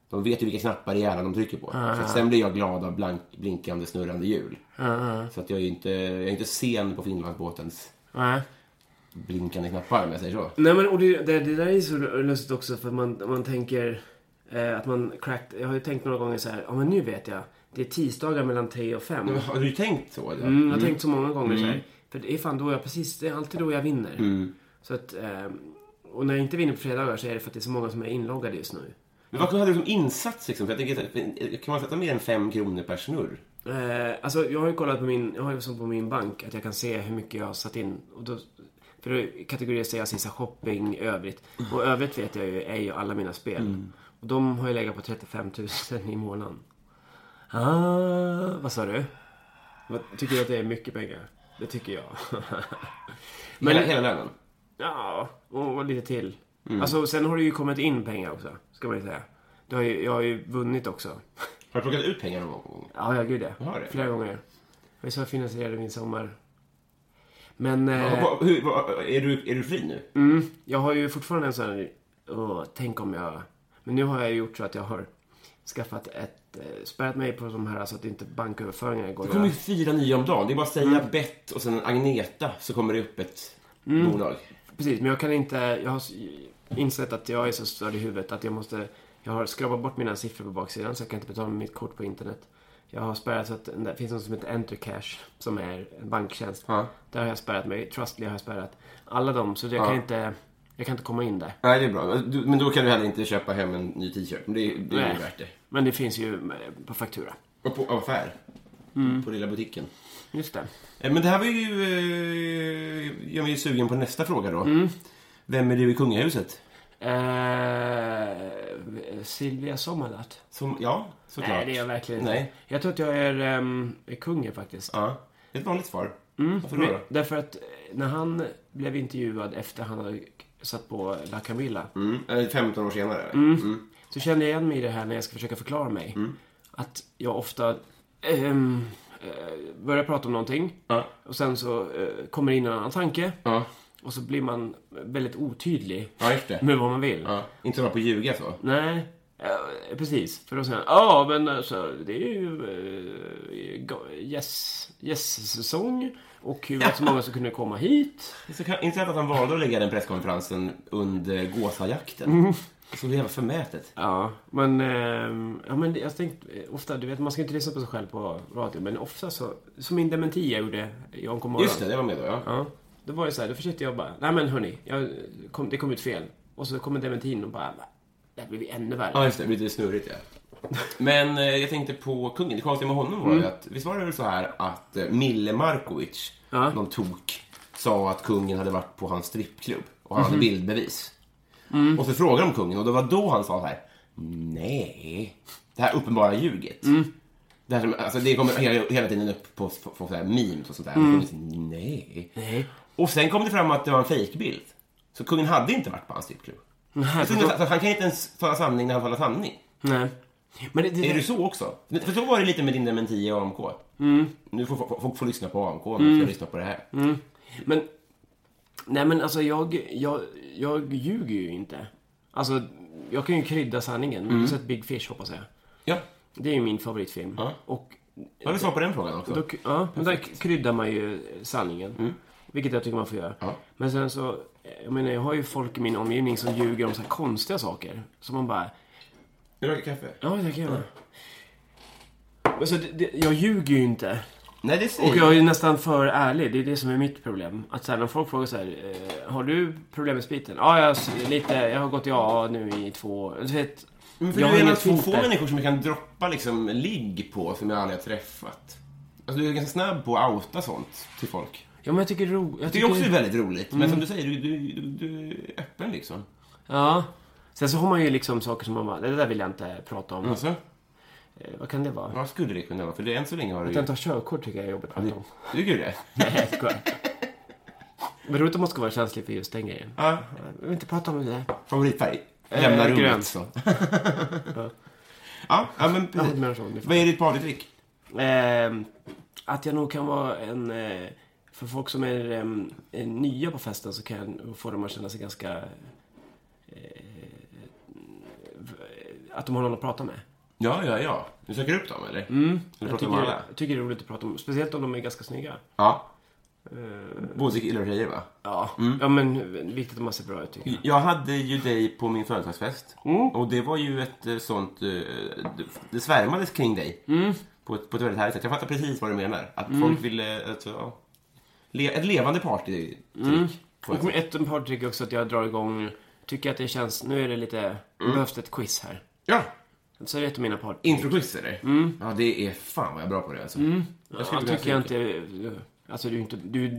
[SPEAKER 1] de vet ju vilka knappar i hjärnan de trycker på. Så att sen blir jag glad av blank, blinkande, snurrande hjul. Så att jag är ju inte, jag är inte sen på Finlandsbåtens
[SPEAKER 2] Nej.
[SPEAKER 1] blinkande knappar om jag säger så.
[SPEAKER 2] Nej men och det, det, det där är ju så lustigt också för man, man tänker eh, att man cracked. Jag har ju tänkt några gånger så här, ja men nu vet jag. Det är tisdagar mellan 3 och 5.
[SPEAKER 1] Men Har du tänkt så? Eller?
[SPEAKER 2] Mm, jag har tänkt så många gånger så
[SPEAKER 1] Mm.
[SPEAKER 2] här. För det är fan då jag precis, det är alltid då jag vinner. Så att, ehm, och när jag inte vinner på fredagar så är det för att det är så många som är inloggade just nu.
[SPEAKER 1] Men vad hade du som insats? Liksom? För jag tänker, så här, kan man sätta mer än fem kronor per snurr?
[SPEAKER 2] Eh, alltså jag har ju kollat på min, jag har ju som på min bank att jag kan se hur mycket jag har satt in. Och då, För då kategoriserar jag sista shopping, övrigt. Och övrigt vet jag ju är ju alla mina spel. Och de har ju legat på 35 000 i månaden. Ah, vad sa du? Vad, tycker du att det är mycket pengar? Det tycker jag.
[SPEAKER 1] Men, hela, hela lönen?
[SPEAKER 2] Ja, och, och lite till. Alltså, sen har det ju kommit in pengar också, ska man ju säga. Det har ju, jag har ju vunnit också.
[SPEAKER 1] Har du plockat ut pengar någon gång?
[SPEAKER 2] Ja, ja gud ja.
[SPEAKER 1] Har det?
[SPEAKER 2] Flera gånger. Och så finansierade min sommar. Men
[SPEAKER 1] Vad-
[SPEAKER 2] eh,
[SPEAKER 1] vad- hur, vad, är, du, är du fri nu?
[SPEAKER 2] mm, jag har ju fortfarande en sån här, åh, tänk om jag... Men nu har jag gjort så att jag har skaffat ett, eh, spärrat mig på de här så att inte banköverföringar går
[SPEAKER 1] Det kommer ju
[SPEAKER 2] att
[SPEAKER 1] fyra nya om dagen. Det är bara att säga bett och sen Agneta så kommer det upp ett bolag.
[SPEAKER 2] Precis, men jag kan inte, jag har s- insett att jag är så störd i huvudet att jag måste, jag har skrapat bort mina siffror på baksidan så jag kan inte betala med mitt kort på internet. Jag har spärrat så att det finns något som heter Entercash som är en banktjänst.
[SPEAKER 1] Ja.
[SPEAKER 2] Där har jag spärrat mig, Trustly har jag spärrat. Alla dem, så jag kan inte, jag kan inte komma in där.
[SPEAKER 1] Nej, det är bra. Du, men då kan du heller inte köpa hem en ny t-shirt. Men det, är- det är ju
[SPEAKER 2] Nej.
[SPEAKER 1] värt det.
[SPEAKER 2] Men det finns ju eh, på faktura.
[SPEAKER 1] Och på affär. På lilla butiken.
[SPEAKER 2] Just det.
[SPEAKER 1] Eh, Men det här var ju... Eh, jag är ju sugen på nästa fråga då. Vem är du i kungahuset?
[SPEAKER 2] Eh, Silvia Sommerlath.
[SPEAKER 1] Som, ja, såklart.
[SPEAKER 2] Nej, det är jag verkligen inte.
[SPEAKER 1] Nej.
[SPEAKER 2] Jag tror att jag är, ehm, är kungen faktiskt.
[SPEAKER 1] Ja. Det är ett vanligt svar. Mm. Varför då?
[SPEAKER 2] Men-
[SPEAKER 1] då?
[SPEAKER 2] Därför att eh, när han blev intervjuad efter han hade satt på La Camilla
[SPEAKER 1] Mm. eh, 15 år senare. Mm.
[SPEAKER 2] så kände jag igen mig i det här när jag ska försöka förklara mig. Att jag ofta ehm, eh, börjar prata om någonting
[SPEAKER 1] Ja.
[SPEAKER 2] och sen så eh, kommer in en annan tanke
[SPEAKER 1] Ja.
[SPEAKER 2] och så blir man väldigt otydlig
[SPEAKER 1] ja, just det.
[SPEAKER 2] med vad man vill.
[SPEAKER 1] Ja. Inte hålla på och ljuga så.
[SPEAKER 2] Nej, eh, precis. För då säger han, ja men alltså det är ju eh, ga- gäss- gästsäsong och hur så många som kunde komma hit.
[SPEAKER 1] Det är så kan- intressant att han valde att lägga den presskonferensen under gåsajakten. Så jävla förmätet.
[SPEAKER 2] Ja, men, ehm, ja, men jag tänkte eh, ofta, du vet man ska inte lyssna på sig själv på radio, men ofta så, som min dementi jag gjorde i Onko morgon.
[SPEAKER 1] Just det, det var med då ja.
[SPEAKER 2] Ja, då var det så här, då försökte jag bara, nej men hörni, jag kom, det kom ut fel. Och så kommer dementin och bara, det här blev ännu värre.
[SPEAKER 1] Ja, just det. Lite snurrigt, ja. Men eh, jag tänkte på kungen. Det konstiga med honom var
[SPEAKER 2] Mm.
[SPEAKER 1] ju att, visst var det väl så här att eh, Mille Markovic,
[SPEAKER 2] Ja.
[SPEAKER 1] någon tok, sa att kungen hade varit på hans strippklubb och
[SPEAKER 2] Mhm.
[SPEAKER 1] han hade bildbevis.
[SPEAKER 2] Mm.
[SPEAKER 1] Och så frågade de kungen och det var då han sa så här, nej, det här uppenbara ljuget.
[SPEAKER 2] Mm.
[SPEAKER 1] Det, här som, alltså, det kommer hela, hela tiden upp på, på, på så här memes och sånt där. Och kungen säger, nej.
[SPEAKER 2] Mm. Nej.
[SPEAKER 1] Och sen kom det fram att det var en fejkbild. Så kungen hade inte varit på hans strippklubb.
[SPEAKER 2] Nej,
[SPEAKER 1] Så
[SPEAKER 2] för då,
[SPEAKER 1] att han kan inte ens tala sanning när han talar sanning.
[SPEAKER 2] nej. Men det, det,
[SPEAKER 1] Är du så också? För så var det lite med din dementi i AMK.
[SPEAKER 2] Mm.
[SPEAKER 1] Nu får folk får, får lyssna på AMK, nu ska jag lyssna på det här.
[SPEAKER 2] Men, nej men alltså jag, jag, jag ljuger ju inte. Alltså, jag kan ju krydda sanningen.
[SPEAKER 1] Mm.
[SPEAKER 2] Du har sett Big Fish hoppas jag.
[SPEAKER 1] Ja,
[SPEAKER 2] Det är ju min favoritfilm.
[SPEAKER 1] Ja.
[SPEAKER 2] Och
[SPEAKER 1] då har vi svar på den frågan också.
[SPEAKER 2] Då, ja, men där kryddar man ju sanningen. Vilket jag tycker man får göra.
[SPEAKER 1] Mm. Ja.
[SPEAKER 2] Men sen så, eh, jag menar jag har ju folk i min omgivning som ljuger om så här konstiga saker. Som man bara,
[SPEAKER 1] Vill du ha kaffe?
[SPEAKER 2] ja det kan jag göra. Men så det, det, jag ljuger ju inte.
[SPEAKER 1] Nej, det
[SPEAKER 2] Och
[SPEAKER 1] säger
[SPEAKER 2] jag är ju nästan för ärlig, det är det som är mitt problem. Att så här, när folk frågar så här, eh, har du problem med spriten? Ja, jag, har lite, jag har gått i AA nu i två år. Du vet,
[SPEAKER 1] Men för
[SPEAKER 2] jag
[SPEAKER 1] du är en av
[SPEAKER 2] inget
[SPEAKER 1] få
[SPEAKER 2] fot
[SPEAKER 1] få
[SPEAKER 2] där.
[SPEAKER 1] människor som jag kan droppa liksom ligg på som jag aldrig har träffat. Alltså du är ganska snabb på att outa sånt till folk.
[SPEAKER 2] Ja, men jag tycker ro, jag
[SPEAKER 1] Det
[SPEAKER 2] tycker, Mm.
[SPEAKER 1] är också väldigt roligt, men som du säger, du, du, du, du är öppen liksom.
[SPEAKER 2] Ja. Sen så har man ju liksom saker som man bara, det där vill jag inte prata om.
[SPEAKER 1] Alltså,
[SPEAKER 2] Eh, vad kan det vara?
[SPEAKER 1] vad skulle det kunna vara? För det, än så länge har du
[SPEAKER 2] Att
[SPEAKER 1] ju...
[SPEAKER 2] den tar körkort tycker jag är jobbigt att prata om.
[SPEAKER 1] Tycker du det?
[SPEAKER 2] Nej, jag skojar. Men roligt om man ska vara känslig för just den grejen.
[SPEAKER 1] Ja.
[SPEAKER 2] Jag vill inte prata om det.
[SPEAKER 1] Favoritfärg? Lämna
[SPEAKER 2] Eh,
[SPEAKER 1] rummet.
[SPEAKER 2] grönt.
[SPEAKER 1] Så. ja, ja, men
[SPEAKER 2] Jag
[SPEAKER 1] precis.
[SPEAKER 2] håller med om sånt.
[SPEAKER 1] Vad är ditt partytrick?
[SPEAKER 2] Ehm, att jag nog kan vara en... eh, För folk som är, ehm, är nya på festen så kan jag nog få dem att känna sig ganska... eh, v- Att de har någon att prata med.
[SPEAKER 1] Ja, ja, ja. Du söker upp dem, eller? Mm. Eller
[SPEAKER 2] Jag
[SPEAKER 1] pratar med
[SPEAKER 2] tycker,
[SPEAKER 1] alla?
[SPEAKER 2] jag tycker det är roligt att prata om. Speciellt om de är ganska snygga.
[SPEAKER 1] Ja.
[SPEAKER 2] Eh.
[SPEAKER 1] Både killar och tjejer, va?
[SPEAKER 2] Ja,
[SPEAKER 1] Mm.
[SPEAKER 2] ja men viktigt att man ser bra ut tycker jag.
[SPEAKER 1] Jag hade ju dig på min födelsedagsfest.
[SPEAKER 2] Mm.
[SPEAKER 1] Och det var ju ett eh, sånt... eh, det- Det svärmades kring dig.
[SPEAKER 2] Mm.
[SPEAKER 1] På, ett, på ett väldigt härligt sätt. Jag fattar precis vad du menar. Att folk ville... Alltså, ja. Le, ett levande partytrick.
[SPEAKER 2] Mm. Och med ett par trick också att jag drar igång, tycker att det känns, nu är det lite, behövs det ett quiz här.
[SPEAKER 1] Ja!
[SPEAKER 2] Så är det ett av mina par. Mm.
[SPEAKER 1] Introquiz, eller? Ja, det är fan vad jag är bra på det, alltså.
[SPEAKER 2] Jag
[SPEAKER 1] skulle
[SPEAKER 2] tycker jag inte, Alltså du är, inte, du är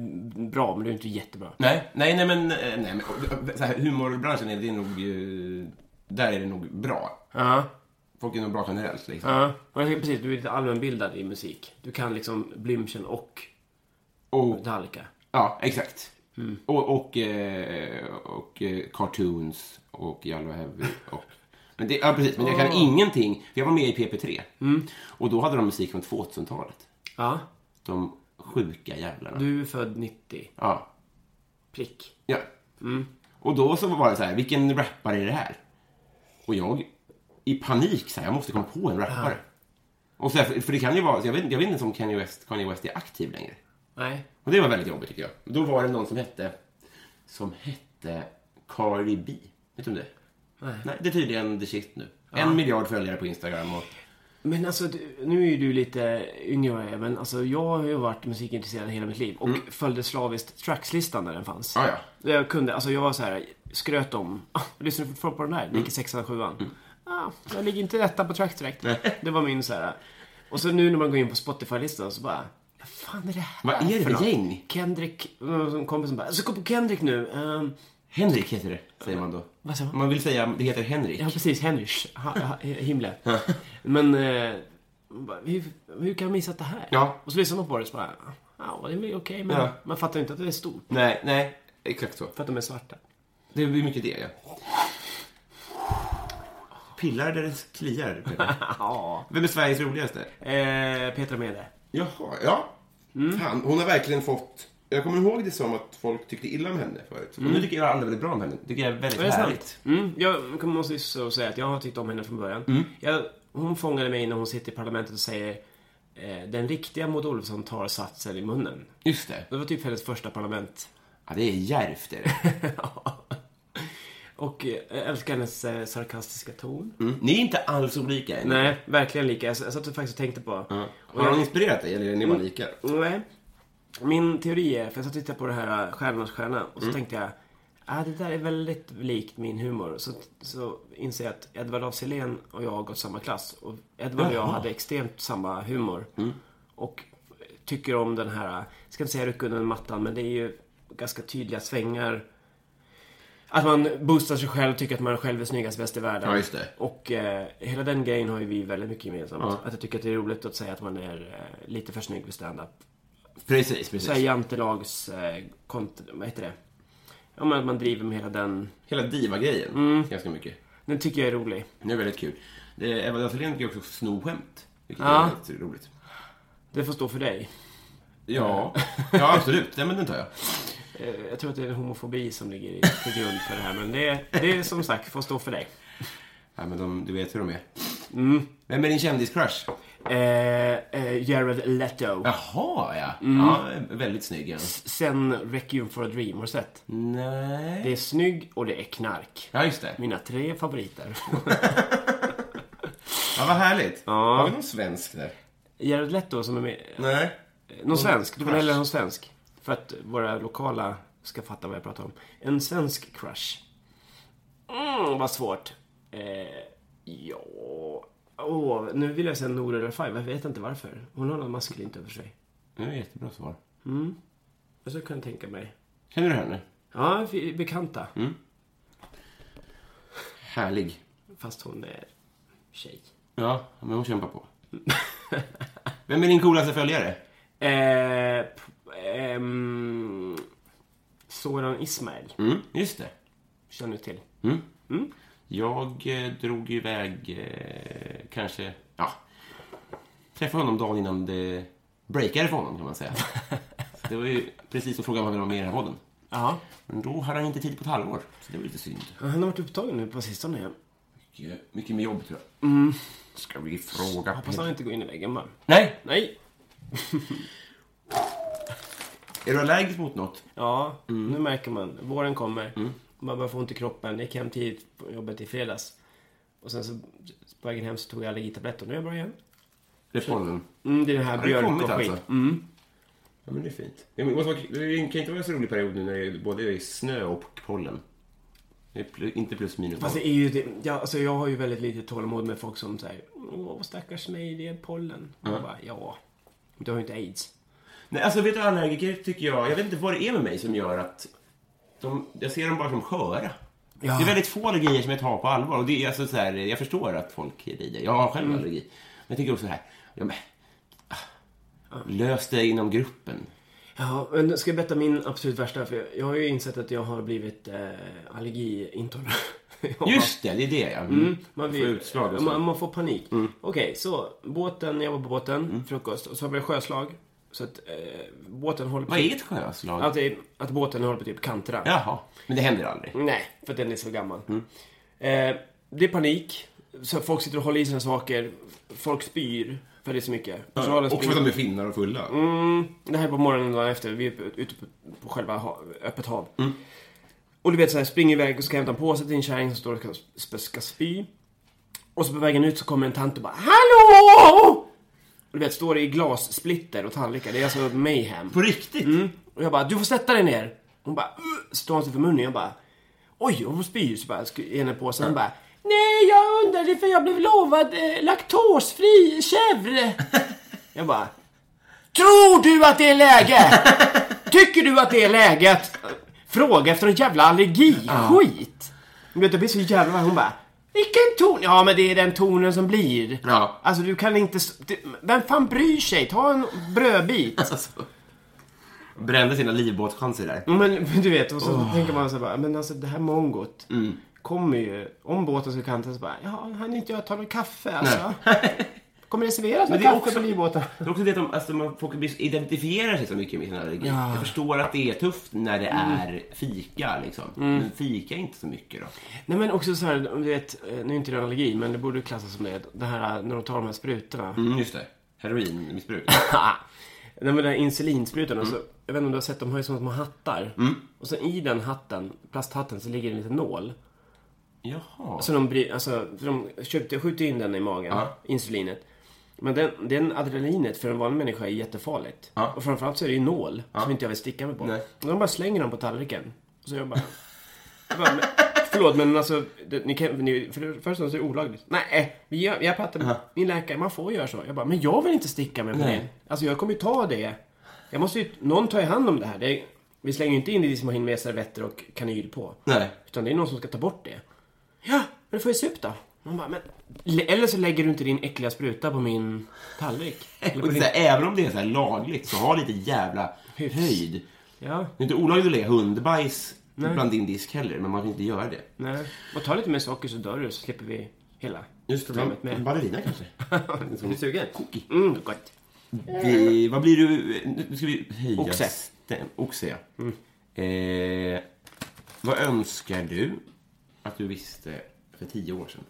[SPEAKER 2] bra, men du är inte jättebra.
[SPEAKER 1] Nej, nej, nej men, eh, nej, men så här, humorbranschen är, det är nog, eh, där är det nog bra.
[SPEAKER 2] Ja,
[SPEAKER 1] Folk är nog bra generellt liksom.
[SPEAKER 2] ja. Och jag tänker precis, du är lite allmänbildad i musik. Du kan liksom Blümchen och
[SPEAKER 1] Och,
[SPEAKER 2] Metallica.
[SPEAKER 1] ja, exakt.
[SPEAKER 2] Mm.
[SPEAKER 1] Och, och, eh, och eh, cartoons och Yellow Heavy och... Men det, ja, precis. Men jag
[SPEAKER 2] Ah.
[SPEAKER 1] kan ingenting. För jag var med i PP3.
[SPEAKER 2] Mm.
[SPEAKER 1] Och då hade de musik från 2000-talet.
[SPEAKER 2] Ja,
[SPEAKER 1] De sjuka jävlarna.
[SPEAKER 2] du är född 90.
[SPEAKER 1] Ja.
[SPEAKER 2] Prick.
[SPEAKER 1] Ja.
[SPEAKER 2] Mm.
[SPEAKER 1] Och då så var det så här, vilken rappare är det här? Och jag i panik så här, jag måste komma på en rappare. Och så här, för, för det kan ju vara, så jag vet, jag vet inte om Kanye West, Kanye West är aktiv längre.
[SPEAKER 2] Nej.
[SPEAKER 1] Och det var väldigt jobbigt tycker jag. Då var det någon som hette, som hette Cardi B. Vet du om det? Nej. det är tydligen the shit nu. En miljard följare på Instagram och...
[SPEAKER 2] Men alltså, du, nu är ju du lite yngre än jag är, men alltså, jag har ju varit musikintresserad hela mitt liv och följde slaviskt trackslistan när den fanns.
[SPEAKER 1] Mm. Ah, Ja,
[SPEAKER 2] Jag kunde, alltså jag var så här, skröt om, "Ah, jag lyssnar fortfarande på den här,
[SPEAKER 1] Mm.
[SPEAKER 2] ligger sexan, sjuan. Ah, jag ligger inte rätta på tracks direkt. Det var min så här. Och så nu när man går in på Spotify-listan så bara, vad fan är det här
[SPEAKER 1] Vad är det för
[SPEAKER 2] något?"
[SPEAKER 1] gäng?
[SPEAKER 2] Kendrick, en kompis som bara, jag ska gå på Kendrick nu. Ehm,
[SPEAKER 1] Henrik heter det, säger man då.
[SPEAKER 2] vad säger man?
[SPEAKER 1] Man vill säga, det heter Henrik.
[SPEAKER 2] Ja, precis. Henrys ha- ha- himla. Men eh, bara, hur, hur kan jag missa det här?
[SPEAKER 1] Ja.
[SPEAKER 2] Och så lyssnar man på det så bara, "Ah, ja, det är väl okej, men
[SPEAKER 1] Ja.
[SPEAKER 2] man fattar inte att det är stort.
[SPEAKER 1] Nej, nej. Exakt så.
[SPEAKER 2] För att de är svarta.
[SPEAKER 1] Det är mycket det, ja. Pillar där det kliar. Peter.
[SPEAKER 2] Ja.
[SPEAKER 1] Vem är Sveriges roligaste?
[SPEAKER 2] Eh, Petra Mede.
[SPEAKER 1] Jaha, ja. Fan, hon har verkligen fått... Jag kommer ihåg det som att folk tyckte illa om henne förut. Och nu tycker jag alla väldigt bra om henne. tycker jag Mm. är väldigt
[SPEAKER 2] Är det
[SPEAKER 1] härligt.
[SPEAKER 2] sant? Mm, jag kommer måste ju så säga att jag har tyckt om henne från början. Jag, hon fångade mig när hon sitter i parlamentet och säger eh, den riktiga Maud Olofsson tar satsen i munnen.
[SPEAKER 1] Just det.
[SPEAKER 2] Det var typ hennes första parlament.
[SPEAKER 1] Ja, det är djärvt är det.
[SPEAKER 2] och eh, jag älskar hennes eh, sarkastiska ton.
[SPEAKER 1] Mm. Ni är inte alls olika. är ni?
[SPEAKER 2] Nej, verkligen lika. Jag, jag satt och faktiskt och tänkte på.
[SPEAKER 1] Ja. Har hon inspirerat dig eller är ni bara lika?
[SPEAKER 2] Nej. Min teori är, för jag satt och tittade på det här äh, Stjärnornas stjärna
[SPEAKER 1] Mm.
[SPEAKER 2] och så tänkte jag Ah, det där är väldigt likt min humor. Så, så inser jag att Edvard af Sillén och jag har gått samma klass. Och Edvard och jag hade extremt samma humor.
[SPEAKER 1] Mm.
[SPEAKER 2] Och tycker om den här, jag ska inte säga rycka under mattan, men det är ju ganska tydliga svängar. Att man boostar sig själv och tycker att man själv är snyggast bäst i världen.
[SPEAKER 1] Ja, just det.
[SPEAKER 2] Och eh, hela den grejen har ju vi väldigt mycket gemensamt. Att jag tycker att det är roligt att säga att man är eh, lite för snygg för standup.
[SPEAKER 1] Precis,
[SPEAKER 2] Så här
[SPEAKER 1] precis.
[SPEAKER 2] jantelags... Eh, kont- vad heter det? Ja, men att man driver med hela den.
[SPEAKER 1] Hela diva-grejen. Ganska mycket.
[SPEAKER 2] Den tycker jag är rolig.
[SPEAKER 1] Det är väldigt kul. Det- Eva Dahlén tycker också sno skämt. Vilket
[SPEAKER 2] Ja.
[SPEAKER 1] är väldigt roligt.
[SPEAKER 2] Det får stå för dig.
[SPEAKER 1] Ja, ja absolut. Nej, men den tar jag.
[SPEAKER 2] Eh, jag tror att det är en homofobi som ligger i- till grund för det här. Men det, det är som sagt, får stå för dig.
[SPEAKER 1] Ja, men de, du vet hur de är. Mm. Vem är din kändiscrush?
[SPEAKER 2] Eh, eh, Jared Leto.
[SPEAKER 1] Jaha, ja. ja. Väldigt snygg. Ja.
[SPEAKER 2] Sen Requiem for a Dream, har du sett?
[SPEAKER 1] Nej.
[SPEAKER 2] Det är snygg och det är knark.
[SPEAKER 1] Ja, just det.
[SPEAKER 2] Mina tre favoriter.
[SPEAKER 1] Ja, vad härligt. Har vi någon svensk där?
[SPEAKER 2] Jared Leto som är med...
[SPEAKER 1] Nej.
[SPEAKER 2] Någon svensk. Du får
[SPEAKER 1] crush.
[SPEAKER 2] hellre ha en svensk. För att våra lokala ska fatta vad jag pratar om. En svensk crush. Mm, vad svårt. Eh, ja... Åh, nu vill jag säga Noora Refai. Jag vet inte varför. Hon har något maskulint över sig.
[SPEAKER 1] Det var ett jättebra svar.
[SPEAKER 2] Men så kan jag tänka mig.
[SPEAKER 1] Känner du henne?
[SPEAKER 2] Ja, vi är bekanta.
[SPEAKER 1] Härlig.
[SPEAKER 2] Fast hon är tjej.
[SPEAKER 1] Ja, men hon kämpar på. Vem är din coolaste följare?
[SPEAKER 2] Eh, p- ehm, Soran Ismail.
[SPEAKER 1] Mm, just det.
[SPEAKER 2] Känner du till?
[SPEAKER 1] Jag eh, drog ju iväg eh, kanske... Ja. Träffade honom dagen innan det breakade för honom, kan man säga. Så det var ju precis att fråga om han ville vara med i den här podden.
[SPEAKER 2] Ja.
[SPEAKER 1] Men då hade han inte tid på ett halvår, så det var lite synd.
[SPEAKER 2] Han har varit upptagen nu på sistone. igen.
[SPEAKER 1] Mycket, mycket med jobb, tror jag. Ska vi fråga
[SPEAKER 2] Hoppas han inte går in i väggen bara.
[SPEAKER 1] Nej!
[SPEAKER 2] Nej!
[SPEAKER 1] Är du allergisk mot något?
[SPEAKER 2] Ja,
[SPEAKER 1] Mm.
[SPEAKER 2] nu märker man. Våren kommer. Man bara får ont i kroppen. Jag gick hem tidigt på jobbet i fredags. Och sen så på vägen hem så tog jag allergitabletter. Nu är jag bra igen.
[SPEAKER 1] Det är pollen.
[SPEAKER 2] Mm, det är den här Mm.
[SPEAKER 1] Har det
[SPEAKER 2] björk
[SPEAKER 1] kommit
[SPEAKER 2] och skit.
[SPEAKER 1] alltså? Ja, men det är fint. Det måste vara- det kan inte vara en så rolig period nu när det är både snö och pollen. Det är pl- inte plus minus.
[SPEAKER 2] Fast det är ju det, jag, alltså jag har ju väldigt lite tålamod med folk som säger Åh stackars mig, det är pollen. Och Jag bara, ja. Du har ju inte aids.
[SPEAKER 1] Nej, alltså vet du, allergiker tycker jag... Jag vet inte vad det är med mig som gör att... De, jag ser dem bara som sköra. Det är väldigt få allergier som jag tar på allvar. Och det är alltså så här, jag förstår att folk lider. Jag har
[SPEAKER 2] Mm.
[SPEAKER 1] själv allergi. Men jag tycker också så här... Ja, men, ah, lös det inom gruppen.
[SPEAKER 2] Ja, men ska jag berätta min absolut värsta? För jag, jag har ju insett att jag har blivit eh, allergiintolerant. Ja.
[SPEAKER 1] Just det, det är det ja.
[SPEAKER 2] Mm, man,
[SPEAKER 1] får
[SPEAKER 2] vill-
[SPEAKER 1] utslag och så.
[SPEAKER 2] man, man får panik.
[SPEAKER 1] Mm.
[SPEAKER 2] Okej, så båten, jag var på båten, frukost. Och så har vi sjöslag. Så att eh, båten håller på...
[SPEAKER 1] Vad är ett sjöslag?
[SPEAKER 2] Att, det- att båten håller på typ kantra.
[SPEAKER 1] Jaha, men det händer aldrig.
[SPEAKER 2] Nej, för att den är så gammal.
[SPEAKER 1] Mm.
[SPEAKER 2] Eh, det är panik. Så folk sitter och håller i sina saker. Folk spyr. För det är så mycket. Personalen
[SPEAKER 1] Och för
[SPEAKER 2] spyr.
[SPEAKER 1] att de är finnar och fulla.
[SPEAKER 2] Det här är på morgonen dagen efter. Vi är uppe- ute på, på själva ha, öppet hav. Och du vet så här, springer iväg och ska hämta en påse till en kärring som står och ska, sp- ska spy. Och så på vägen ut så kommer en tant och bara Hallå! Och du vet, står det i glassplitter och tallrikar. Det är alltså mayhem.
[SPEAKER 1] På riktigt?
[SPEAKER 2] Och jag bara, du får sätta dig ner. Hon bara, "Ugh", så tar hon sig för munnen. Jag bara, oj, hon spyr. Så bara, sk- ger henne påsen. Hon bara, nej jag undrade för jag blev lovad eh, laktosfri chèvre. jag bara, tror du att det är läge? Tycker du att det är läge att fråga efter en jävla allergiskit? Du vet, jag blir typ så jävla... Hon bara, vilken ton? Ja, men det är den tonen som blir.
[SPEAKER 1] Ja.
[SPEAKER 2] Alltså du kan inte... s- det- Vem fan bryr sig? Ta en brödbit.
[SPEAKER 1] Alltså, brände sina livbåtschanser där.
[SPEAKER 2] Men men du vet, och så tänker man så bara, men alltså det här mongot kommer ju, om båten skulle kanta så bara, ja, han inte jag ta någon kaffe alltså. kommer det serveras
[SPEAKER 1] Men
[SPEAKER 2] någon
[SPEAKER 1] det är
[SPEAKER 2] kaffe
[SPEAKER 1] också-
[SPEAKER 2] på livbåten?
[SPEAKER 1] Det är också det att de, alltså, man, folk identifierar sig så mycket med sin allergi. Jag förstår att det är tufft när det
[SPEAKER 2] Mm.
[SPEAKER 1] är fika liksom. Men fika är inte så mycket då.
[SPEAKER 2] Nej men också så här, du vet, eh, nu är inte det allergi, men det borde klassas som det, det här eh, när de tar de här sprutorna.
[SPEAKER 1] Mm, just det. Heroinmissbruk.
[SPEAKER 2] Nej men den här insulinsprutan, alltså, jag vet inte om du har sett, de har ju såna små hattar. Och sen i den hatten, plasthatten, så ligger det en liten nål.
[SPEAKER 1] Jaha.
[SPEAKER 2] Så de, bry, alltså, för de köpte, skjuter in den i magen,
[SPEAKER 1] Ja.
[SPEAKER 2] insulinet. Men den, den adrenalinet för en vanlig människa är jättefarligt.
[SPEAKER 1] Ja.
[SPEAKER 2] Och framförallt så är det ju nål som inte jag vill sticka mig på.
[SPEAKER 1] Nej.
[SPEAKER 2] Och de bara slänger dem på tallriken. Och så jag bara... jag bara men, förlåt men alltså, det, ni kan, ni, för det första så är det olagligt. Nej, eh, vi gör, jag pratade med min läkare, man får göra så. Jag bara, men jag vill inte sticka mig på
[SPEAKER 1] Nej.
[SPEAKER 2] det. Alltså jag kommer ju ta det. Jag måste ju, någon tar ju hand om det här. Det, vi slänger ju inte in det i små hin med servetter och kanyl på.
[SPEAKER 1] Nej.
[SPEAKER 2] Utan det är någon som ska ta bort det. Ja, men då får jag se upp då. Man bara, men, eller så lägger du inte din äckliga spruta på min tallrik. Eller
[SPEAKER 1] Och
[SPEAKER 2] på
[SPEAKER 1] det är
[SPEAKER 2] din,
[SPEAKER 1] så här, även om det är så här lagligt så ha lite jävla
[SPEAKER 2] Hyfs.
[SPEAKER 1] höjd.
[SPEAKER 2] ja,
[SPEAKER 1] Det är inte olagligt att lägga hundbajs bland din disk heller, men man kan inte göra det.
[SPEAKER 2] nej. Och ta lite mer socker så dör du så släpper vi hela.
[SPEAKER 1] Just det,
[SPEAKER 2] Problemet
[SPEAKER 1] men-
[SPEAKER 2] med-
[SPEAKER 1] en ballerina kanske?
[SPEAKER 2] Är du sugen?
[SPEAKER 1] Cookie.
[SPEAKER 2] Mm, gott.
[SPEAKER 1] Vi, vad blir du... Nu ska vi höja...
[SPEAKER 2] Oxe. Mm.
[SPEAKER 1] stäm- Oxe, ja. Eh, vad önskar du att du visste för tio år sedan?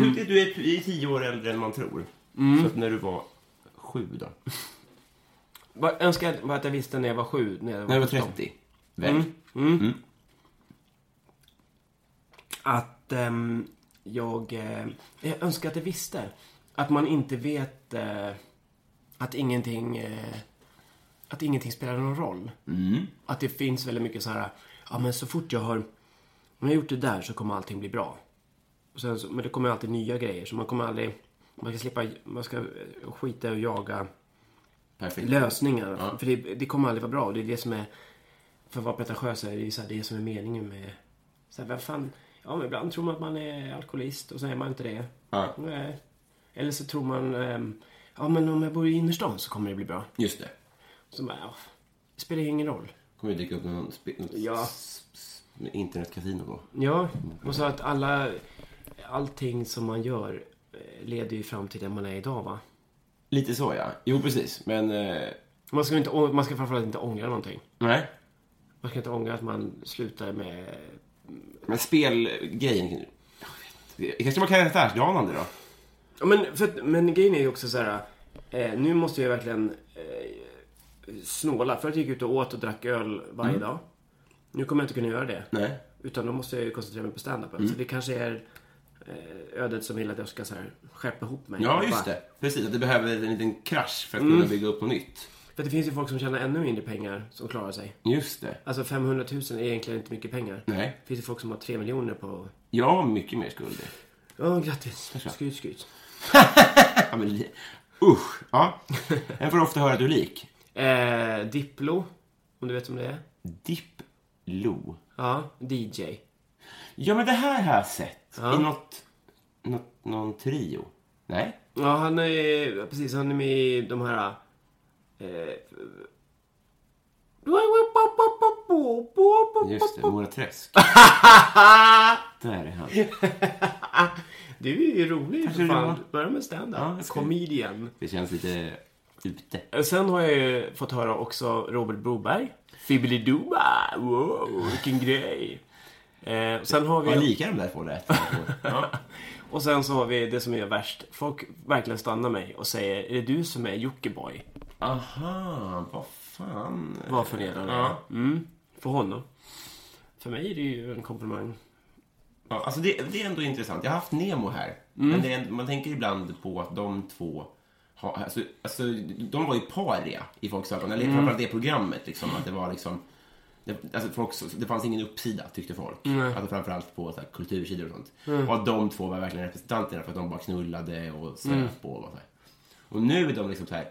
[SPEAKER 1] Du, är sjukt att du, är, du är tio år äldre än man tror. Så att när du var sju då?
[SPEAKER 2] Vad önskar jag att jag visste när jag var sju, när jag var,
[SPEAKER 1] När du var
[SPEAKER 2] 13?
[SPEAKER 1] 30? Väl?
[SPEAKER 2] Mm. Att ehm, jag, eh, jag önskar att jag visste. Att man inte vet eh, att ingenting eh, att ingenting spelar någon roll. Att det finns väldigt mycket så här, ja men så fort jag har, om jag har gjort det där så kommer allting bli bra. Och sen så, men det kommer alltid nya grejer så man kommer aldrig, man ska slippa, man ska eh, skita och jaga
[SPEAKER 1] Perfekt.
[SPEAKER 2] lösningar. För det, det kommer aldrig vara bra. Och det är det som är, för att vara pretentiös, är det ju så här, det som är meningen med... Så här, vem fan, ja, men ibland tror man att man är alkoholist och så är man inte det.
[SPEAKER 1] Ja.
[SPEAKER 2] Nej. Eller så tror man, ehm, ja men om jag bor i innerstan så kommer det bli bra.
[SPEAKER 1] Just det.
[SPEAKER 2] Så bara, ja, det spelar ingen roll.
[SPEAKER 1] kommer ju dyka upp någon, spe- något
[SPEAKER 2] Ja.
[SPEAKER 1] s- s- internetkasino då.
[SPEAKER 2] Ja, och så att alla, allting som man gör eh, leder ju fram till det man är idag va.
[SPEAKER 1] Lite så ja. Jo precis, men... Eh,
[SPEAKER 2] Man ska, inte, å- man ska framförallt inte ångra någonting.
[SPEAKER 1] nej.
[SPEAKER 2] Man ska inte ångra att man slutar med
[SPEAKER 1] Men spelgrejen... Jag vet inte. Kanske man kan göra affärsdanande då?
[SPEAKER 2] Ja, men, för, att- men grejen är ju också så här. Eh, nu måste jag verkligen eh, snåla. Förut gick jag ut och åt och drack öl varje
[SPEAKER 1] Mm.
[SPEAKER 2] dag. Nu kommer jag inte kunna göra det.
[SPEAKER 1] Nej.
[SPEAKER 2] Utan då måste jag ju koncentrera mig på standupen.
[SPEAKER 1] Mm.
[SPEAKER 2] Så det kanske är eh, ödet som vill att jag ska så här, skärpa ihop mig.
[SPEAKER 1] Ja,
[SPEAKER 2] Bara- Mm.
[SPEAKER 1] just det. Precis, att det behöver en liten krasch för att kunna bygga upp något nytt.
[SPEAKER 2] För det finns ju folk som tjänar ännu mindre pengar som klarar sig.
[SPEAKER 1] Just det.
[SPEAKER 2] Alltså 500 000 är egentligen inte mycket pengar.
[SPEAKER 1] Nej.
[SPEAKER 2] Det finns ju folk som har 3 miljoner på...
[SPEAKER 1] Jag har mycket mer skulder.
[SPEAKER 2] Ja, grattis. Skryt, skryt.
[SPEAKER 1] Ja, men, li- usch! Ja. En får ofta höra att du är lik.
[SPEAKER 2] Eh, Diplo, om du vet om det är.
[SPEAKER 1] Diplo.
[SPEAKER 2] Ja, DJ.
[SPEAKER 1] Ja, men det här har jag sett.
[SPEAKER 2] Ja.
[SPEAKER 1] I något, något, någon trio. Nej?
[SPEAKER 2] Ja, han är, precis, han är med i de här... Eh,
[SPEAKER 1] Just det, Mora Träsk. Där är han.
[SPEAKER 2] du är ju rolig
[SPEAKER 1] Kanske
[SPEAKER 2] för
[SPEAKER 1] det
[SPEAKER 2] fan.
[SPEAKER 1] var.
[SPEAKER 2] Börja med stand-up.
[SPEAKER 1] Ja, jag ska-
[SPEAKER 2] Comedian.
[SPEAKER 1] Det känns lite ute.
[SPEAKER 2] Eh, Sen har jag ju fått höra också Robert Broberg. Fibbelidoba. Wow, vilken grej. Eh, sen har vi...
[SPEAKER 1] Vad lika de där två där.
[SPEAKER 2] Och sen så har vi det som är värst. Folk verkligen stannar mig och säger Är det du som är Jockiboi?
[SPEAKER 1] Aha, vad fan.
[SPEAKER 2] Vad förnedrande. Ja. Mm, för honom. För mig är det ju en komplimang.
[SPEAKER 1] Ja, alltså det, det är ändå intressant. Jag har haft Nemo här. Men det är, en- man tänker ibland på att de två har, alltså, alltså, de var ju paria i folks ögon. Eller framförallt det programmet. Liksom, att det var liksom, det, alltså, folk, det fanns ingen uppsida, tyckte folk. Alltså, framförallt på så här, kultursidor och sånt. Och att de två var verkligen representanterna för att de bara knullade och söp på. Och, så här. och nu är de liksom så här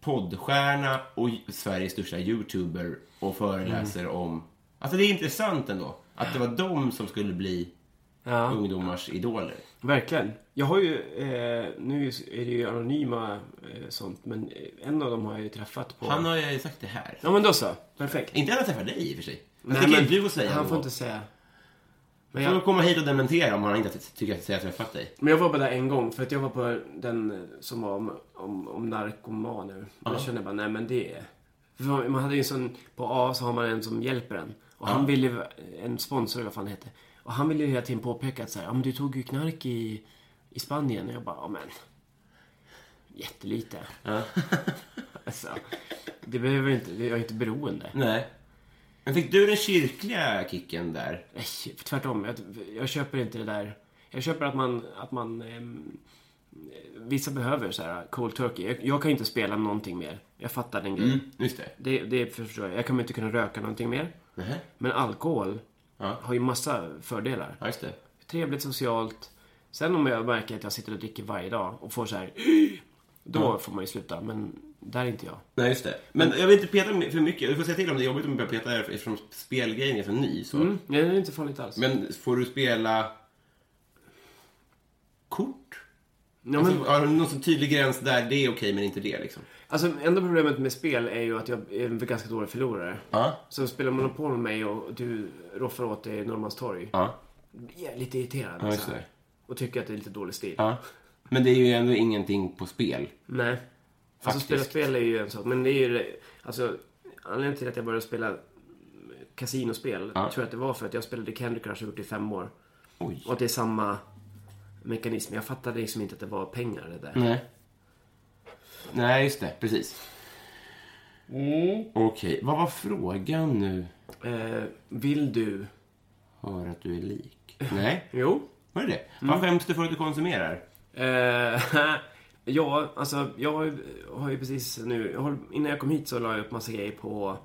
[SPEAKER 1] poddstjärna och Sveriges största youtuber och föreläser om... Alltså det är intressant ändå. Att det var de som skulle bli ungdomars idoler.
[SPEAKER 2] Verkligen. Jag har ju, eh, nu är det ju anonyma eh, sånt, men eh, en av dem har jag ju träffat på...
[SPEAKER 1] Han har ju sagt det här.
[SPEAKER 2] Ja men då så. Perfekt.
[SPEAKER 1] Inte alla träffar dig i och för sig. Men det kan ju du säga.
[SPEAKER 2] Han får
[SPEAKER 1] då.
[SPEAKER 2] inte säga. Men
[SPEAKER 1] Får
[SPEAKER 2] jag,
[SPEAKER 1] du komma hit och dementera om han inte tycker att jag har träffat dig.
[SPEAKER 2] men jag var bara där en gång för att jag var på den eh, som var om, om, om narkomaner. Då kände jag bara, nej men det är... för Man man hade ju en sån, på A så har man en som hjälper en. Och han ville, ju- en sponsor eller vad fan det heter. Och han ville ju hela tiden påpeka att så här, ja men du tog ju knark i, i Spanien. Och jag bara, ja men. Jättelite. alltså, det behöver inte, jag är inte beroende.
[SPEAKER 1] Nej. Men fick du den kyrkliga kicken där?
[SPEAKER 2] Nej, tvärtom. Jag, jag köper inte det där. Jag köper att man... Att man ehm, vissa behöver så här cold turkey. Jag, jag kan inte spela någonting mer. Jag fattar den grejen.
[SPEAKER 1] Just det.
[SPEAKER 2] Det, det förstår jag. Jag kommer inte kunna röka någonting mer.
[SPEAKER 1] Nähä.
[SPEAKER 2] Men alkohol
[SPEAKER 1] Ja.
[SPEAKER 2] har ju massa fördelar.
[SPEAKER 1] Ja, just det.
[SPEAKER 2] Trevligt, socialt. Sen om jag märker att jag sitter och dricker varje dag och får så här... Då får man ju sluta. Men där är inte jag.
[SPEAKER 1] Nej, just det. Men jag vill inte peta för mycket. Du får säga till om det är jobbigt om du börjar peta här eftersom spelgrejen är så ny. Så.
[SPEAKER 2] Mm, nej, det är inte farligt alls.
[SPEAKER 1] Men får du spela kort?
[SPEAKER 2] Ja, men-
[SPEAKER 1] Alltså, har du någon sån tydlig gräns där det är okej men inte det liksom?
[SPEAKER 2] Alltså, enda problemet med spel är ju att jag är en ganska dålig förlorare.
[SPEAKER 1] Ja.
[SPEAKER 2] Så spelar Monopol med mig och du roffar åt dig Norrmalmstorg.
[SPEAKER 1] Ja.
[SPEAKER 2] blir jag lite irriterad.
[SPEAKER 1] Ja, just
[SPEAKER 2] så här.
[SPEAKER 1] det.
[SPEAKER 2] och tycker att det är lite dålig stil.
[SPEAKER 1] ja. Men det är ju ändå ingenting på spel.
[SPEAKER 2] Nej. Alltså
[SPEAKER 1] Faktiskt.
[SPEAKER 2] spela spel är ju en sak. Men det är ju det- Alltså, anledningen till att jag började spela kasinospel tror jag att det var för att jag spelade Candy Crush och gjort det i fem år.
[SPEAKER 1] Oj.
[SPEAKER 2] Och att det är samma mekanism. Jag fattade liksom inte att det var pengar det där.
[SPEAKER 1] Nej. Nej, just det. Precis. Okej, vad var frågan nu?
[SPEAKER 2] Eh, vill du?
[SPEAKER 1] Hör att du är lik. Nej,
[SPEAKER 2] Jo.
[SPEAKER 1] var det det? Vad skäms du för att du konsumerar?
[SPEAKER 2] Eh, ja, alltså jag har ju, har ju precis nu, jag har, innan jag kom hit så la jag upp massa grejer på,